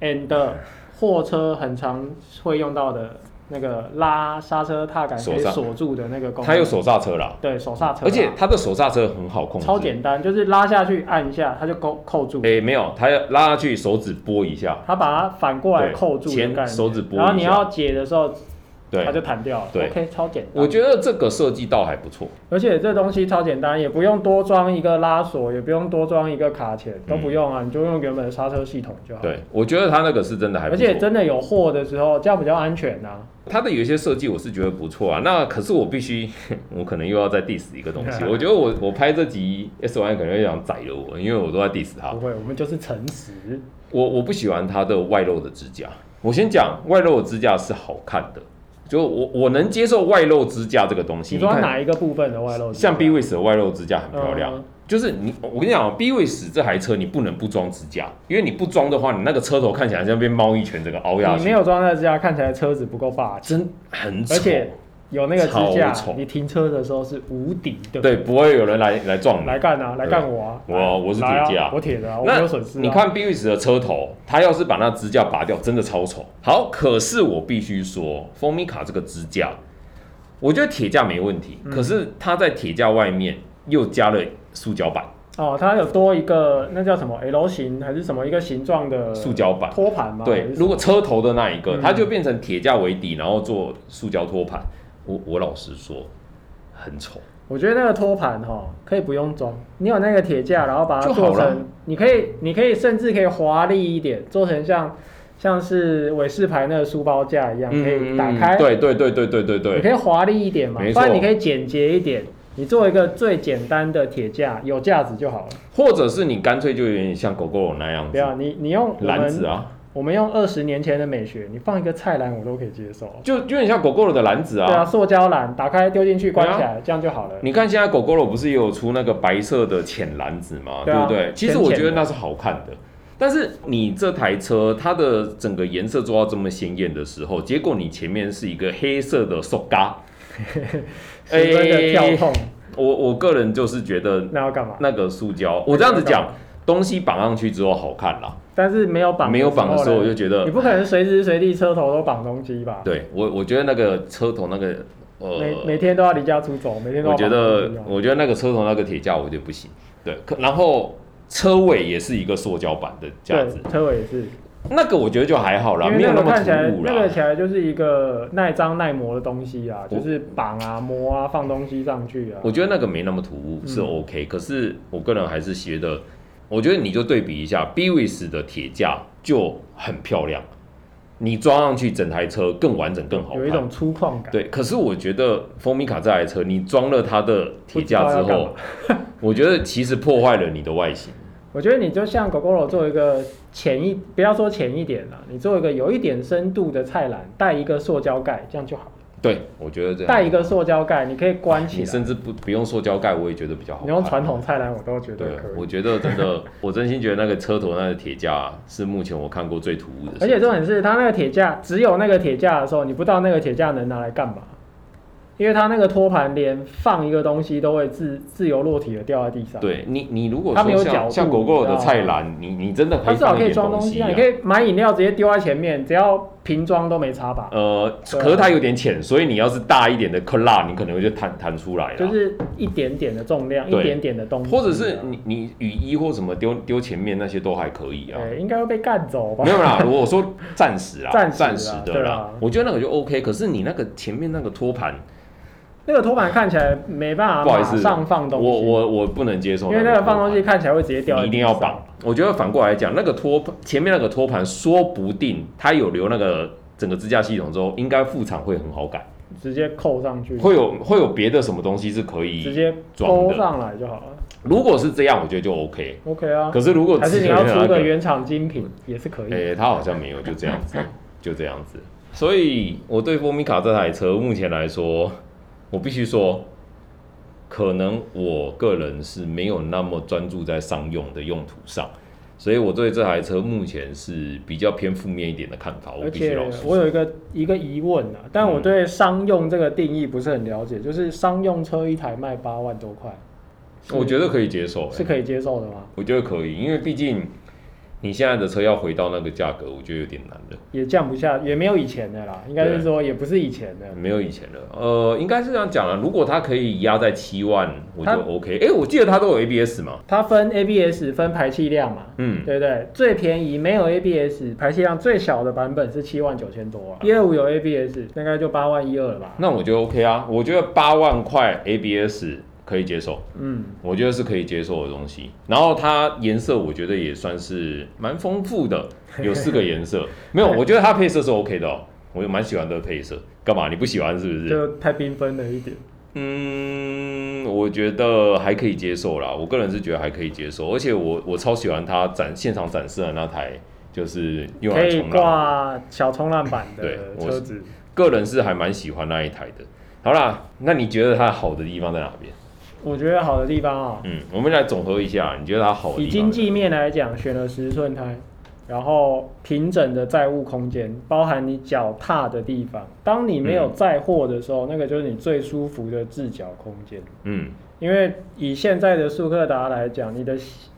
Speaker 2: ，and 呃货车很常会用到的那个拉刹车踏杆可
Speaker 1: 手
Speaker 2: 以
Speaker 1: 刹
Speaker 2: 锁住的那个功能，
Speaker 1: 它有手刹车啦，
Speaker 2: 对手刹车啊，
Speaker 1: 而且它的手刹车很好控制，
Speaker 2: 超简单，就是拉下去按一下，它就扣扣住，
Speaker 1: 诶、没有，他要拉下去，手指拨一下，
Speaker 2: 它把它反过来
Speaker 1: 对
Speaker 2: 扣住的
Speaker 1: 前
Speaker 2: 概念
Speaker 1: 手指拨一下
Speaker 2: 然后你要解的时候，它
Speaker 1: 对，
Speaker 2: 就弹掉了。
Speaker 1: 对
Speaker 2: OK，超简单。
Speaker 1: 我觉得这个设计倒还不错，
Speaker 2: 而且这东西超简单，也不用多装一个拉锁，也不用多装一个卡钳，
Speaker 1: 嗯
Speaker 2: 都不用啊，你就用原本的刹车系统就好。，
Speaker 1: 对，我觉得他那个是真的还不
Speaker 2: 啊而
Speaker 1: 错，
Speaker 2: 且真的有货的时候，这样比较安全啊。
Speaker 1: 他的有一些设计我是觉得不错啊，那可是我必须， [LAUGHS] 我可能又要再 diss 一个东
Speaker 2: [LAUGHS]
Speaker 1: 西，我觉得我我拍这集 S Y 可能会想宰了我，因为我都在 diss 他
Speaker 2: 不，会，我们就是诚实。
Speaker 1: 我我不喜欢它的外露的支架，我先讲外露的支架是好看的，就我我能接受外露支架这个东西，
Speaker 2: 你说
Speaker 1: 看
Speaker 2: 哪一个部分的外露？
Speaker 1: 像 B w i s 的外露支架很漂亮，
Speaker 2: 嗯
Speaker 1: 就是你，我跟你讲，B w i s 这台车你不能不装支架，因为你不装的话，你那个车头看起来像被猫一拳整个凹下
Speaker 2: 你没
Speaker 1: 去，
Speaker 2: 有装在支架，看起来车子不够霸气。
Speaker 1: 真很丑
Speaker 2: 而。且有那个支架
Speaker 1: 超丑，
Speaker 2: 你停车的时候是无敌的。，
Speaker 1: 对，不会有人来来撞你。
Speaker 2: 来干啊，来干我啊！
Speaker 1: 我啊我是铁
Speaker 2: 来啊
Speaker 1: 架
Speaker 2: 我铁的啊，我没
Speaker 1: 那
Speaker 2: 有损失啊。
Speaker 1: 你看 B w i s 的车头，它要是把那支架拔掉，真的超丑。好，可是我必须说，风米卡这个支架，我觉得铁架没问题，
Speaker 2: 嗯
Speaker 1: 可是它在铁架外面又加了塑胶板，
Speaker 2: 哦，它有多一个那叫什么 L 型还是什么一个形状的
Speaker 1: 塑胶板。
Speaker 2: 托盘吗？还
Speaker 1: 对
Speaker 2: 是，什么
Speaker 1: 如果车头的那一个，
Speaker 2: 嗯
Speaker 1: 它就变成铁架为底，然后做塑胶托盘。我我老实说，很丑。
Speaker 2: 我觉得那个托盘哈，可以不用装，你有那个铁架，然后把
Speaker 1: 嗯
Speaker 2: 它
Speaker 1: 就好
Speaker 2: 做
Speaker 1: 了
Speaker 2: 成，你可以，你可以甚至可以华丽一点，做成像像是韦氏牌那个书包架一样，可以打开，
Speaker 1: 嗯
Speaker 2: 嗯
Speaker 1: 对对对对对对
Speaker 2: 你
Speaker 1: 对，
Speaker 2: 可以华丽一点嘛，
Speaker 1: 没
Speaker 2: 不
Speaker 1: 错
Speaker 2: 然你可以简洁一点，你做一个最简单的铁架，有架子就好了。
Speaker 1: 或者是你干脆就有点像狗狗那样
Speaker 2: 不
Speaker 1: 子，
Speaker 2: 要你你用我
Speaker 1: 篮子
Speaker 2: 们
Speaker 1: 啊，
Speaker 2: 我们用二十年前的美学，你放一个菜篮我都可以接受。
Speaker 1: 就有点像狗狗的篮子
Speaker 2: 对啊，
Speaker 1: 啊。
Speaker 2: 塑胶篮打开丢进去关
Speaker 1: 对啊
Speaker 2: 起来，这样就好了。
Speaker 1: 你看现在狗狗肉不是也有出那个白色的浅篮子吗？
Speaker 2: 对
Speaker 1: 对
Speaker 2: 啊
Speaker 1: 不对？其实
Speaker 2: 浅浅
Speaker 1: 我
Speaker 2: 的
Speaker 1: 觉得那是好看的。但是你这台车它的整个颜色做到这么鲜艳的时候，结果你前面是一个黑色的塑嘎，
Speaker 2: 十分
Speaker 1: 哎
Speaker 2: 的跳痛，
Speaker 1: 我我个人就是觉得
Speaker 2: 那要干嘛？
Speaker 1: 那个塑胶，我这样子讲，东西绑上去之后好看啦，
Speaker 2: 但是没有绑，
Speaker 1: 没有绑的时候我
Speaker 2: 呢
Speaker 1: 就觉得
Speaker 2: 你，不可能随时随地车头都绑东西吧？
Speaker 1: 对我我觉得那个车头那个
Speaker 2: 每每
Speaker 1: 呃，
Speaker 2: 天都要离家出走，每天都
Speaker 1: 我
Speaker 2: 要
Speaker 1: 觉
Speaker 2: 绑
Speaker 1: 得
Speaker 2: 东西哦
Speaker 1: 我觉得那个车头那个铁架我觉得不行，对，可然后车尾也是一个塑胶板的架子，
Speaker 2: 对车尾也是，
Speaker 1: 那个我觉得就还好啦，
Speaker 2: 因
Speaker 1: 没
Speaker 2: 为
Speaker 1: 有
Speaker 2: 那个
Speaker 1: 么
Speaker 2: 看起来
Speaker 1: 突兀
Speaker 2: 那个
Speaker 1: 啦。
Speaker 2: 起来就是一个耐脏耐磨的东西啊，
Speaker 1: 我
Speaker 2: 就是绑啊、磨啊、放东西上去啊。
Speaker 1: 我觉得那个没那么突兀是
Speaker 2: 嗯
Speaker 1: OK，、可是我个人还是觉得，我觉得你就对比一下 b w i s 的铁架就很漂亮，你装上去整台车更完整更好看，
Speaker 2: 有一种粗犷感，
Speaker 1: 对，可是我觉得风米卡这台车，你装了它的铁架之
Speaker 2: 不知道要
Speaker 1: 后， [LAUGHS] 我觉得其实破坏了你的外形。
Speaker 2: 我觉得你就像狗狗肉做一个浅一，不要说浅一点啊了，你做一个有一点深度的菜篮，带一个塑胶盖，这样就好了。
Speaker 1: 对，我觉得这样
Speaker 2: 带一个塑胶盖，你可以关起
Speaker 1: 你
Speaker 2: 来。
Speaker 1: 甚至不不用塑胶盖，我也觉得比较好看。啊
Speaker 2: 你用传统菜篮，我都觉
Speaker 1: 对
Speaker 2: 得可，以
Speaker 1: 我。觉得真的， [LAUGHS] 我真心觉得那个车头那个铁架、是目前我看过最突兀的。
Speaker 2: 而且重点是，它那个铁架只有那个铁架的时候，你不知道那个铁架能拿来干嘛，因为它那个托盘连放一个东西都会自自由落体的掉在地上。，
Speaker 1: 对你，你如果
Speaker 2: 它没
Speaker 1: 说
Speaker 2: 有
Speaker 1: 像
Speaker 2: 角度
Speaker 1: 像狗狗的
Speaker 2: 你知道吗
Speaker 1: 菜篮，你你真的可
Speaker 2: 它
Speaker 1: 以
Speaker 2: 至少
Speaker 1: 放
Speaker 2: 可
Speaker 1: 一
Speaker 2: 以
Speaker 1: 点
Speaker 2: 装东
Speaker 1: 西
Speaker 2: 西
Speaker 1: 啊
Speaker 2: 啊，你。可以买饮料直接丢在前面，只要瓶装都没差吧。
Speaker 1: 呃，
Speaker 2: 对啊
Speaker 1: 可是它有点浅，所以你要是大一点的克拉，你可能会就弹弹出来了。
Speaker 2: 就是一点点的重量，一
Speaker 1: 对
Speaker 2: 点点的东西啊，
Speaker 1: 或者是你你雨衣或什么丢丢前面那些都还可以啊。
Speaker 2: 哎，应该会被干走
Speaker 1: [LAUGHS]
Speaker 2: 吧
Speaker 1: 没？有啦，如果说暂时啦，
Speaker 2: 暂时啦
Speaker 1: 时的
Speaker 2: 对
Speaker 1: 啦
Speaker 2: 啊，
Speaker 1: 我觉得那个就 OK。可是你那个前面那个托盘，
Speaker 2: 那个托盘看起来没办法
Speaker 1: 不好
Speaker 2: 马
Speaker 1: 意思
Speaker 2: 上放
Speaker 1: 我
Speaker 2: 东西，
Speaker 1: 我我不能接受，
Speaker 2: 因为那个放东西看起来会直接掉在
Speaker 1: 你一
Speaker 2: 地上，
Speaker 1: 定要绑。我觉得反过来讲，那个托盘前面那个托盘，说不定它有留那个整个支架系统之后，应该副厂会很好改，
Speaker 2: 直接扣上去，
Speaker 1: 会有会有别的什么东西是可
Speaker 2: 直
Speaker 1: 以。
Speaker 2: 接
Speaker 1: 装
Speaker 2: 勾
Speaker 1: 的
Speaker 2: 上来就好了。
Speaker 1: 如果是这样，我觉得就 OK。
Speaker 2: OK 啊，
Speaker 1: 可是如果
Speaker 2: 还是
Speaker 1: 只
Speaker 2: 你
Speaker 1: 有
Speaker 2: 要
Speaker 1: 那
Speaker 2: 出
Speaker 1: 个
Speaker 2: 个原厂精品也是可以的。
Speaker 1: 诶、他好像没有，就这样子，就这样子。所以我对波米卡这台车目前来说，我必须说，可能我个人是没有那么专注在商用的用途上，所以我对这台车目前是比较偏负面一点的看法。我
Speaker 2: 而
Speaker 1: 必须
Speaker 2: 且
Speaker 1: 老实
Speaker 2: 我
Speaker 1: 说，嗯
Speaker 2: 有一个一个疑问啊，但我对商用这个定义不是很了解，就是商用车一台卖八万多块，
Speaker 1: 我觉得可以接受、
Speaker 2: 是
Speaker 1: 欸，
Speaker 2: 可以接受的吗？
Speaker 1: 我觉得可以，因为毕竟你现在的车要回到那个价格，我觉得有点难了。
Speaker 2: 也降不下，也没有以前的啦，应该是说也不是以前的。
Speaker 1: 没有以前了，呃，应该是这样讲了。如果它可以压在七万，我就
Speaker 2: 它
Speaker 1: OK。哎、我记得它都有 ABS 嘛，
Speaker 2: 它分 ABS 分排气量嘛，
Speaker 1: 嗯，
Speaker 2: 对不对？最便宜没有 ABS 排气量最小的版本是七万九千多、啊，一二五有 ABS 大概就八万一二
Speaker 1: [LAUGHS]
Speaker 2: 了吧？
Speaker 1: 那我觉得 OK 啊。我觉得八万块 ABS 可以接受，
Speaker 2: 嗯，
Speaker 1: 我觉得是可以接受的东西。然后它颜色我觉得也算是蛮丰富的，有四个颜色。没有，我觉得它配色是 OK 的哦，我也蛮喜欢这个配色。干嘛？你不喜欢是不是？
Speaker 2: 就太缤纷了一点。
Speaker 1: 嗯，我觉得还可以接受啦。我个人是觉得还可以接受，而且我我超喜欢它展现场展示的那台，就是用
Speaker 2: 可
Speaker 1: 来
Speaker 2: 以
Speaker 1: 冲浪。
Speaker 2: 挂小冲浪板的
Speaker 1: 对我
Speaker 2: 车子，
Speaker 1: 个人是还蛮喜欢那一台的。好啦，那你觉得它好的地方在哪边？
Speaker 2: 我觉得好的地方啊、
Speaker 1: 嗯，我们来总合一下，你觉得它好的地
Speaker 2: 以
Speaker 1: 方？
Speaker 2: 经，济面来讲，选了十寸胎，然后平整的载物空间，包含你脚踏的地方。当你没有载货的时候，那个就是你最舒服的置脚空间。
Speaker 1: 嗯，
Speaker 2: 因为以现在的速克达来讲，你的膝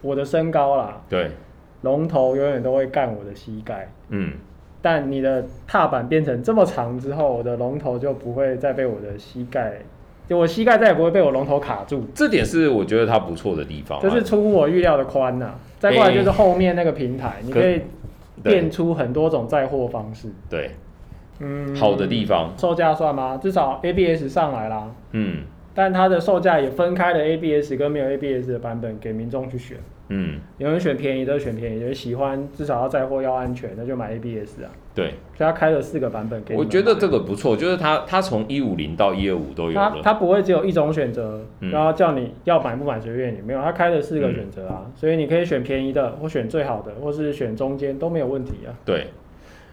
Speaker 2: 我的身高啦，
Speaker 1: 对，
Speaker 2: 龙头永远都会干我的膝盖。
Speaker 1: 嗯，
Speaker 2: 但你的踏板变成这么长之后，我的龙头就不会再被我的膝盖，就我膝盖再也不会被我龙头卡住。
Speaker 1: 这点是我觉得它不错的地方啊。
Speaker 2: 这是出乎我预料的宽呐、再过来就是后面那个平台，你可以
Speaker 1: 对
Speaker 2: 变出很多种载货方式。
Speaker 1: 对
Speaker 2: 嗯，
Speaker 1: 好的地方，
Speaker 2: 售价算吗？至少 ABS 上来啦，
Speaker 1: 嗯
Speaker 2: 但它的售价也分开了 ABS 跟没有 ABS 的版本给民众去选。
Speaker 1: 嗯，
Speaker 2: 有人选便宜的，选便宜的；喜欢至少要载货要安全，那就买 ABS 啊。
Speaker 1: 对，
Speaker 2: 所以它开了四个版本给你们
Speaker 1: 我觉得这个不错，就是它它从一五零到一二五都有
Speaker 2: 它
Speaker 1: 了。
Speaker 2: 它不会只有一种选择，
Speaker 1: 嗯
Speaker 2: 然后叫你要买不买随便你，没有，它开了四个
Speaker 1: 嗯
Speaker 2: 选择啊，所以你可以选便宜的，或选最好的，或是选中间都没有问题啊。
Speaker 1: 对，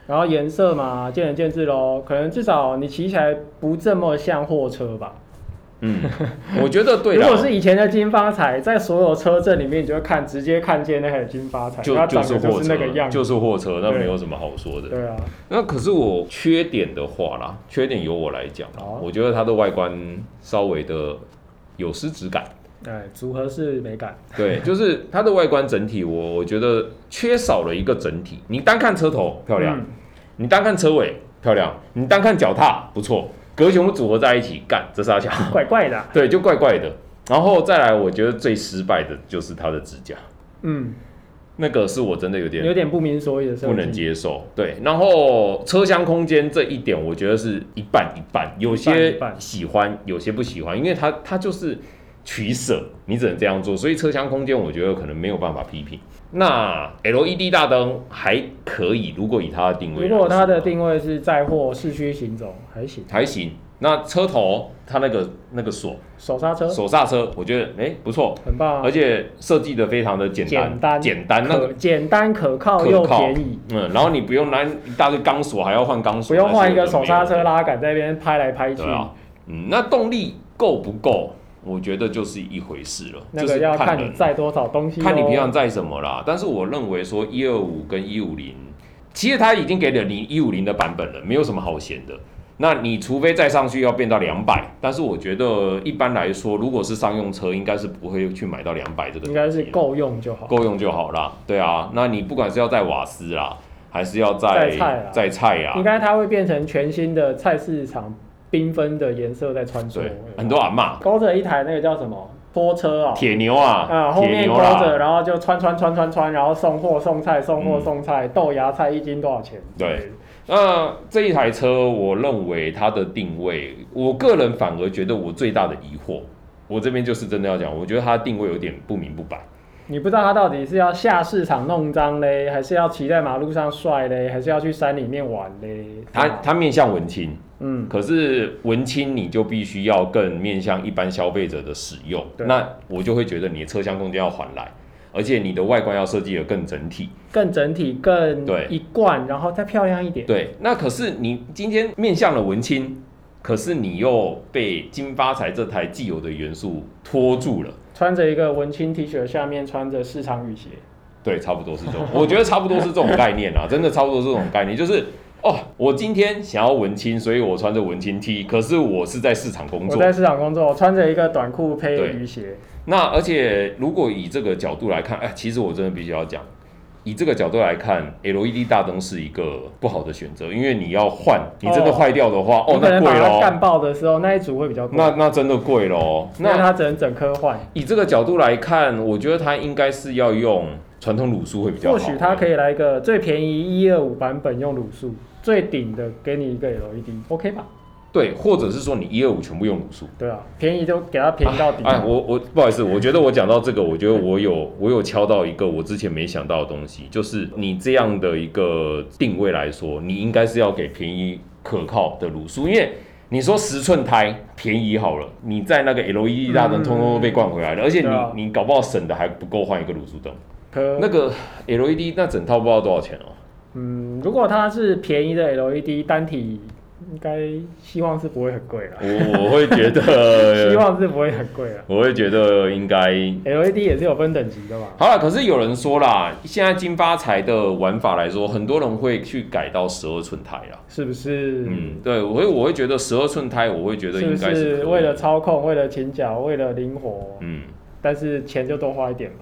Speaker 2: 然后颜色嘛，见仁见智喽。可能至少你骑起来不这么像货车吧。
Speaker 1: 嗯，我觉得对啊
Speaker 2: [LAUGHS] 如
Speaker 1: 啦
Speaker 2: 果是以前的金发财，在所有车阵里面，你就会看直接看见那台金发财，
Speaker 1: 就
Speaker 2: 它
Speaker 1: 就
Speaker 2: 长
Speaker 1: 是
Speaker 2: 得就
Speaker 1: 货
Speaker 2: 是那个
Speaker 1: 车，
Speaker 2: 样子。
Speaker 1: 就是货车，那
Speaker 2: 对
Speaker 1: 没有什么好说的。
Speaker 2: 对啊，
Speaker 1: 那可是我缺点的话啦，缺点由我来讲啦
Speaker 2: 好啊，
Speaker 1: 我觉得它的外观稍微的有失质感。
Speaker 2: 哎，组合式美感，
Speaker 1: 对， [LAUGHS] 就是它的外观整体我，我觉得缺少了一个整体。你单看车头漂亮，
Speaker 2: 嗯
Speaker 1: 你单看车尾漂亮，你单看脚踏不错，格雄组合在一起，干这傻小，
Speaker 2: 怪怪的啊、
Speaker 1: [LAUGHS] 对，就怪怪的。然后再来，我觉得最失败的就是它的指甲，
Speaker 2: 嗯，
Speaker 1: 那个是我真的有点
Speaker 2: 有点不明所以的设计。
Speaker 1: 不能接受。对，然后车厢空间这一点，我觉得是一半一半，有
Speaker 2: 一
Speaker 1: 些
Speaker 2: 半
Speaker 1: 喜欢，有些不喜欢，因为它它就是取舍，你只能这样做。所以车厢空间，我觉得可能没有办法批评。那 LED 大灯还可以，如果以它的定位来
Speaker 2: 如
Speaker 1: 说，
Speaker 2: 果它的定位是载货市区行走，还行。
Speaker 1: 还行。那车头它那个那个锁
Speaker 2: 手刹车
Speaker 1: 手刹车，我觉得哎、不错，
Speaker 2: 很棒
Speaker 1: 而
Speaker 2: 啊，
Speaker 1: 且设计的非常的简单，
Speaker 2: 简单
Speaker 1: 简单那个
Speaker 2: 可简单可靠又
Speaker 1: 可靠
Speaker 2: 便宜，
Speaker 1: 嗯，然后你不用拿一大堆钢索，还要换钢索，
Speaker 2: 不用换一个
Speaker 1: 那些有
Speaker 2: 手
Speaker 1: 的
Speaker 2: 刹
Speaker 1: 没
Speaker 2: 车
Speaker 1: 有的
Speaker 2: 拉杆在那边拍来拍去
Speaker 1: 对。啊，嗯，那动力够不够，我觉得就是一回事了，
Speaker 2: 那
Speaker 1: 就
Speaker 2: 个
Speaker 1: 是
Speaker 2: 要看
Speaker 1: 人
Speaker 2: 你载多少东西、哦，
Speaker 1: 看你平常载什么啦。但是我认为说一二五跟一五零，其实它已经给了你一五零的版本了，没有什么好嫌的。那你除非再上去要变到两百，但是我觉得一般来说，如果是商用车，应该是不会去买到两百这个东西
Speaker 2: 应
Speaker 1: 啦，
Speaker 2: 该是够用就好。
Speaker 1: 够用就好啦。对啊，那你不管是要在瓦斯啦，还是要在
Speaker 2: 载菜啦
Speaker 1: 在菜啊，
Speaker 2: 应该它会变成全新的菜市场缤纷的颜色在穿梭
Speaker 1: 对，，很多阿骂
Speaker 2: 勾着一台那个叫什么拖车啊、
Speaker 1: 铁牛啊，
Speaker 2: 啊，后
Speaker 1: 铁
Speaker 2: 面
Speaker 1: 牛
Speaker 2: 勾
Speaker 1: 啦。
Speaker 2: 着，然后就穿穿穿穿穿，然后送货送菜送货
Speaker 1: 嗯
Speaker 2: 送菜，豆芽菜一斤多少钱？
Speaker 1: 对，那这一台车，我认为它的定位，我个人反而觉得我最大的疑惑，我这边就是真的要讲，我觉得它的定位有点不明不白。
Speaker 2: 你不知道他到底是要下市场弄脏嘞，还是要骑在马路上帅嘞，还是要去山里面玩嘞？
Speaker 1: 它
Speaker 2: 是吧
Speaker 1: 它面向文青，
Speaker 2: 嗯，
Speaker 1: 可是文青你就必须要更面向一般消费者的使用，
Speaker 2: 对
Speaker 1: 那我就会觉得你的车厢空间要还来，而且你的外观要设计得更整体。
Speaker 2: 更整体更
Speaker 1: 对
Speaker 2: 一贯，然后再漂亮一点。
Speaker 1: 对，那可是你今天面向了文青，可是你又被金发财这台既有的元素拖住了。
Speaker 2: 穿着一个文青 T 恤，下面穿着市场雨鞋。
Speaker 1: 对，差不多是这种，我觉得差不多是这种概念啊，真的差不多是这种概念，就是哦，我今天想要文青，所以我穿着文青 T，可是我是在市场工
Speaker 2: 我
Speaker 1: 作。
Speaker 2: 在市场工作，我穿着一个短裤配
Speaker 1: 对
Speaker 2: 雨鞋。
Speaker 1: 那而且如果以这个角度来看，哎，其实我真的必须要讲，以这个角度来看，LED 大灯是一个不好的选择，因为你要换，你真的
Speaker 2: 哦
Speaker 1: 坏掉的话，哦，
Speaker 2: 你可
Speaker 1: 那
Speaker 2: 能
Speaker 1: 贵
Speaker 2: 把它干
Speaker 1: 喽，
Speaker 2: 爆的时候，那一组会比较贵。
Speaker 1: 那那真的贵喽。
Speaker 2: 那
Speaker 1: 那
Speaker 2: 它只能整颗换。
Speaker 1: 以这个角度来看，我觉得它应该是要用传统卤素会比较好。
Speaker 2: 或许它可
Speaker 1: 以，
Speaker 2: 以来一个最便宜一二五版本用卤素，最顶的给你一个 LED，OK、吧？
Speaker 1: 对，或者是说你一二五全部用卤素。
Speaker 2: 对啊，便宜就给它便宜到底。
Speaker 1: 哎，我我不好意思，我觉得我讲到这个，我觉得我有我有敲到一个我之前没想到的东西，就是你这样的一个定位来说，你应该是要给便宜可靠的卤素，因为你说十寸胎便宜好了，你在那个 LED 大灯通通都被灌回来了，而且
Speaker 2: 嗯对啊
Speaker 1: 你你搞不好省的还不够换一个卤素灯，
Speaker 2: 可
Speaker 1: 那个 LED 那整套不知道多少钱哦。
Speaker 2: 嗯，如果它是便宜的 LED 单体，应该希望是不会很贵了。
Speaker 1: 我我会觉
Speaker 2: 希
Speaker 1: 得，
Speaker 2: 望是不会很贵了。
Speaker 1: 我会觉得应该
Speaker 2: LED 也是有分等级的嘛。
Speaker 1: 好了。可是有人说啦，现在金发财的玩法来说，很多人会去改到十二寸胎啦。
Speaker 2: 是不是？
Speaker 1: 嗯，对，我会我会觉得十二寸胎，我会觉得
Speaker 2: 是
Speaker 1: 应
Speaker 2: 不
Speaker 1: 该是可
Speaker 2: 是
Speaker 1: 以
Speaker 2: 为了操控，为了勤脚，为了灵活？
Speaker 1: 嗯，
Speaker 2: 但是钱就多花一点嘛。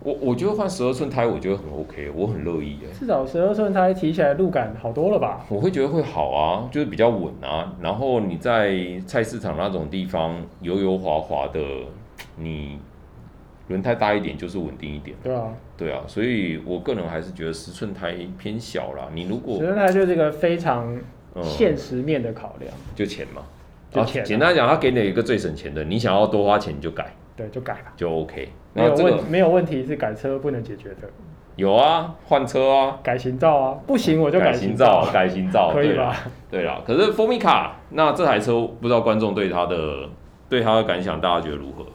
Speaker 1: 我我觉得换十二寸胎，我觉得很 OK，我很乐意哎、
Speaker 2: 至少十二寸它提起来路感好多了吧？
Speaker 1: 我会觉得会好啊，就是比较稳啊。然后你在菜市场那种地方油油滑滑的，你轮胎大一点就是稳定一点。
Speaker 2: 对啊，
Speaker 1: 对啊，所以我个人还是觉得十寸胎偏小啦。你如果
Speaker 2: 十二寸它就是一个非常
Speaker 1: 嗯
Speaker 2: 现实面的考量，
Speaker 1: 就钱嘛，
Speaker 2: 就钱啊
Speaker 1: 简单讲，他给你一个最省钱的，你想要多花钱你就改
Speaker 2: 对，就改吧。
Speaker 1: 就 OK。
Speaker 2: 没
Speaker 1: 然
Speaker 2: 有
Speaker 1: 啊后这
Speaker 2: 问
Speaker 1: 个
Speaker 2: 没有问题是改车不能解决的，
Speaker 1: 有啊，换车啊，
Speaker 2: 改行照啊，不行我就
Speaker 1: 改
Speaker 2: 行啊
Speaker 1: 型照，啊改型照，
Speaker 2: 可以
Speaker 1: 对啦？
Speaker 2: 吧？
Speaker 1: 对啦，可是蜂蜜卡那这台车，不知道观众对它的对它的感想，大家觉得如何？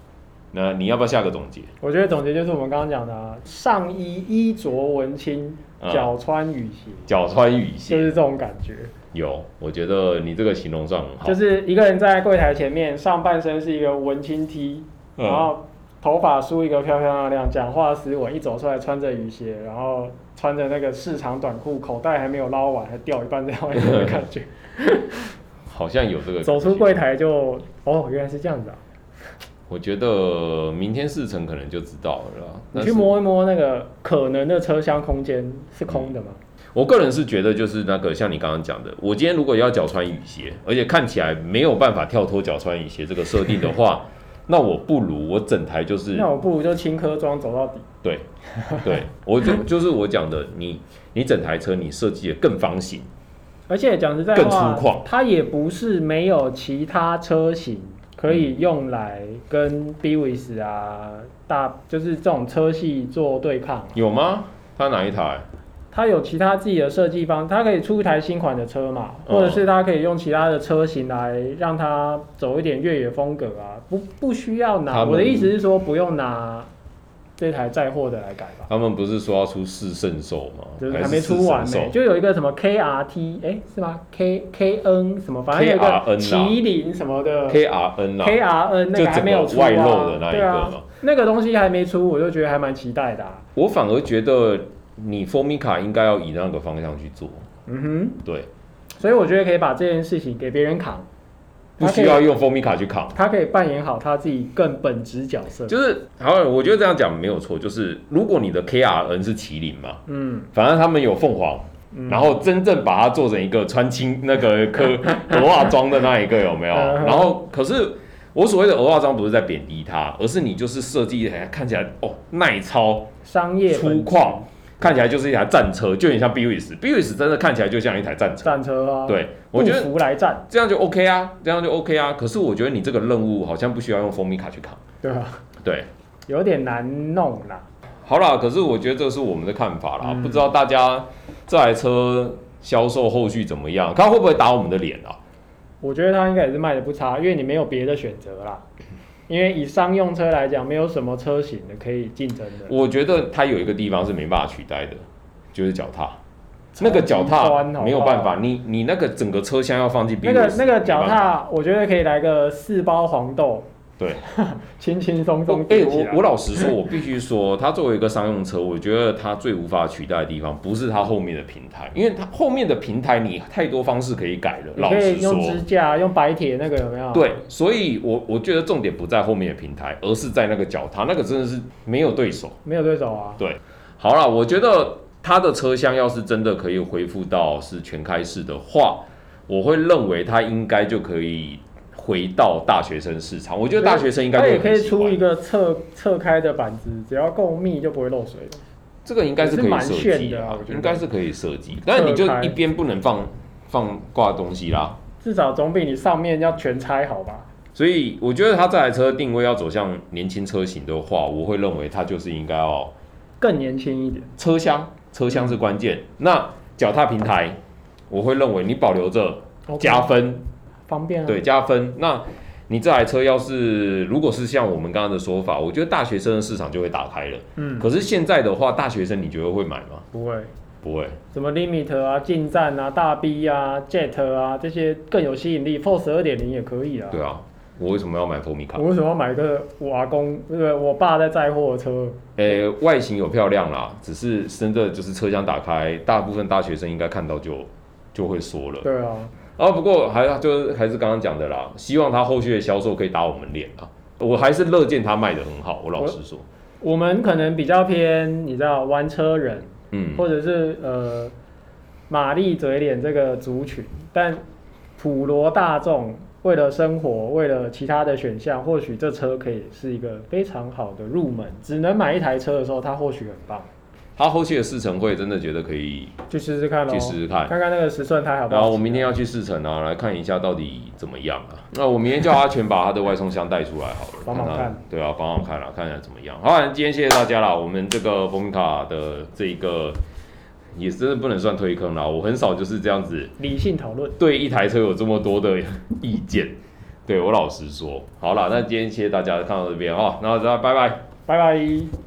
Speaker 1: 那你要不要下个总结？
Speaker 2: 我觉得总结就是我们刚刚讲的、啊，上衣衣着文青，
Speaker 1: 嗯
Speaker 2: 脚穿雨鞋，
Speaker 1: 脚穿雨
Speaker 2: 就
Speaker 1: 鞋，
Speaker 2: 是这种感觉。
Speaker 1: 有，我觉得你这个形容上很好，
Speaker 2: 就是一个人在柜台前面，上半身是一个文青 T，、
Speaker 1: 嗯
Speaker 2: 然后头发梳一个漂漂亮亮，讲话斯文，一走出来穿着雨鞋，然后穿着那个市场短裤，口袋还没有捞完，还掉一半在外面的 [LAUGHS] 感觉。
Speaker 1: 好像有这个
Speaker 2: 走出
Speaker 1: 感觉
Speaker 2: 柜台就，哦，原来是这样子啊！
Speaker 1: 我觉得明天四成可能就知道了啦。
Speaker 2: 你
Speaker 1: 但
Speaker 2: 去
Speaker 1: 是
Speaker 2: 摸一摸那个可能的车厢空间是空的吗？
Speaker 1: 我个人是觉得，就是那个像你刚刚讲的，我今天如果要脚穿雨鞋，而且看起来没有办法跳脱脚穿雨鞋这个设定的
Speaker 2: [LAUGHS]
Speaker 1: 话，那我不如我整台嗯就是
Speaker 2: 那我不如就轻科装走到底。
Speaker 1: 对对，我就就是我讲的，你你整台车你设计的更方形，
Speaker 2: 而且讲实在
Speaker 1: 更
Speaker 2: 话
Speaker 1: 粗犷，
Speaker 2: 它也不是没有其他车型可以用来跟 b w i s 啊、大就是这种车系做对抗。
Speaker 1: 有吗？它哪一台？
Speaker 2: 它有其他自己的设计方，它可以出一台新款的车嘛，
Speaker 1: 嗯
Speaker 2: 或者是它可以用其他的车型来让它走一点越野风格啊，不不需要
Speaker 1: 他
Speaker 2: 拿。
Speaker 1: 们
Speaker 2: 我的意思是说，不用拿这台载货的来改吧。
Speaker 1: 他们不是说要出四圣兽吗？
Speaker 2: 就是
Speaker 1: 还
Speaker 2: 还
Speaker 1: 是
Speaker 2: 没出完
Speaker 1: 四
Speaker 2: 呢、
Speaker 1: 圣兽
Speaker 2: 就有一个什么 KRT，哎、是吗？K KN 什么，反正有一
Speaker 1: KRN 啊
Speaker 2: 个麒麟什么的
Speaker 1: K R N 啦，
Speaker 2: KRN 那
Speaker 1: 就整
Speaker 2: 个
Speaker 1: 个
Speaker 2: 还没有出、啊、
Speaker 1: 外露的那一
Speaker 2: 对
Speaker 1: 个
Speaker 2: 啊
Speaker 1: 嘛，
Speaker 2: 那个东西还没出，我就觉得还蛮期待的、啊。
Speaker 1: 我反而觉得你 f o m i a 应该要以那个方向去做，
Speaker 2: 嗯
Speaker 1: 对，
Speaker 2: 哼，所以我觉得可以把这件事情给别人扛，
Speaker 1: 不需要用 f o m i a 去扛。
Speaker 2: 他可以扮演好他自己更本职角色。
Speaker 1: 就是好，我觉得这样讲没有错。就是如果你的 KRN 是麒麟嘛，
Speaker 2: 嗯，
Speaker 1: 反正他们有凤凰，然后真正把它做成一个穿青那个 [LAUGHS] 科鹅袜装的那一个有没有？
Speaker 2: 嗯
Speaker 1: 然后可是我所谓的鹅袜装不是在贬低它，而是你就是设计哎看起来哦耐操
Speaker 2: 商业
Speaker 1: 粗
Speaker 2: 本
Speaker 1: 犷，看起来就是一台战车，就有点像 Buick，Buick 真的看起来就像一台战车。
Speaker 2: 战车啊，，
Speaker 1: 对，我觉得
Speaker 2: 福来战，
Speaker 1: 这样就 OK 啊，这样就 OK 啊。可是我觉得你这个任务好像不需要用蜂蜜卡去扛。
Speaker 2: 对吧？
Speaker 1: 对，啊
Speaker 2: 有点难弄啦。
Speaker 1: 好啦，可是我觉得这是我们的看法啦，
Speaker 2: 嗯
Speaker 1: 不知道大家这台车销售后续怎么样，看会不会打我们的脸啊？
Speaker 2: 我觉得它应该也是卖的不差，因为你没有别的选择啦。因为以商用车来讲，没有什么车型的可以竞争的。
Speaker 1: 我觉得它有一个地方是没办法取代的，就是脚踏。那个脚踏没有办
Speaker 2: 好不
Speaker 1: 法，你你那个整个车厢要放进 BUS，
Speaker 2: 那个那个脚
Speaker 1: 没办法，
Speaker 2: 踏，我觉得可以来个四包黄豆，
Speaker 1: 对，
Speaker 2: [LAUGHS] 轻轻 [LAUGHS] 松松
Speaker 1: 我哎、
Speaker 2: 顶起来
Speaker 1: 我我老实说，我必须说，它作为一个商用车，我觉得它最无法取代的地方不是它后面的平台，因为它后面的平台你太多方式可以改了。
Speaker 2: 你
Speaker 1: 老
Speaker 2: 可
Speaker 1: 实
Speaker 2: 以
Speaker 1: 说
Speaker 2: 用，支架，用白铁那个有没有？，
Speaker 1: 对，所以我我觉得重点不在后面的平台，而是在那个脚踏，那个真的是没有对手。
Speaker 2: 没有对手啊。
Speaker 1: 好了，我觉得它的车厢要是真的可以恢复到是全开式的话，我会认为它应该就可以回到大学生市场。我觉得大学生应该
Speaker 2: 它
Speaker 1: 会
Speaker 2: 也可
Speaker 1: 很
Speaker 2: 以
Speaker 1: 喜欢
Speaker 2: 出一个侧侧开的板子，只要够密就不会漏水了。
Speaker 1: 这个应该是可以
Speaker 2: 蛮
Speaker 1: 设
Speaker 2: 炫
Speaker 1: 计
Speaker 2: 的啊我觉得
Speaker 1: 应该是可以设计，但你就
Speaker 2: 侧开
Speaker 1: 一边不能放放挂东西啦。
Speaker 2: 至少总比你上面要全拆好吧？
Speaker 1: 所以我觉得它这台车定位要走向年轻车型的话，我会认为它就是应该要
Speaker 2: 更年轻一点。
Speaker 1: 车厢，车厢是关键。那脚踏平台，我会认为你保留着
Speaker 2: OK，
Speaker 1: 加分，
Speaker 2: 方便啊。
Speaker 1: 对加分。那你这台车要是如果是像我们刚刚的说法，我觉得大学生的市场就会打开了。
Speaker 2: 嗯，
Speaker 1: 可是现在的话，大学生你觉得会买吗？
Speaker 2: 不会。
Speaker 1: 不会。
Speaker 2: 什么 Limit 啊、近战啊、大 B 啊、Jet 啊这些更有吸引力，Force 二点零也可以啊。
Speaker 1: 对啊，我为什么要买 f o m i 卡？
Speaker 2: 我为什么要买个我阿公对不对？我爸在载货的车？
Speaker 1: 诶、呃外形有漂亮啦，只是真的就是车厢打开，大部分大学生应该看到就就会说了。
Speaker 2: 对啊，
Speaker 1: 啊，不过还就是还是刚刚讲的啦，希望它后续的销售可以打我们脸啊。我还是乐见它卖的很好，我老实说，
Speaker 2: 我们可能比较偏，你知道玩车人，
Speaker 1: 嗯，
Speaker 2: 或者是呃玛丽嘴脸这个族群，但普罗大众为了生活，为了其他的选项，或许这车可以是一个非常好的入门。只能买一台车的时候，它或许很棒，
Speaker 1: 它后续的试乘会真的觉得可以
Speaker 2: 去试试看喽
Speaker 1: 去，试试看。
Speaker 2: 看看那个十寸胎好不
Speaker 1: 然
Speaker 2: 好骑啊？
Speaker 1: 后我明天要去试乘啊，来看一下到底怎么样啊。那我明天叫阿全把他的外送箱带出来好了，
Speaker 2: 帮忙
Speaker 1: 他
Speaker 2: 看
Speaker 1: 对啊，帮忙看啦，看一下怎么样。好，今天谢谢大家啦，我们这个风卡的这一个也真的不能算推坑啦，我很少就是这样子
Speaker 2: 理性讨论，
Speaker 1: 对一台车有这么多的意见。对我老实说，好啦，那今天谢谢大家看到这边啊，那大家拜拜。
Speaker 2: 拜拜。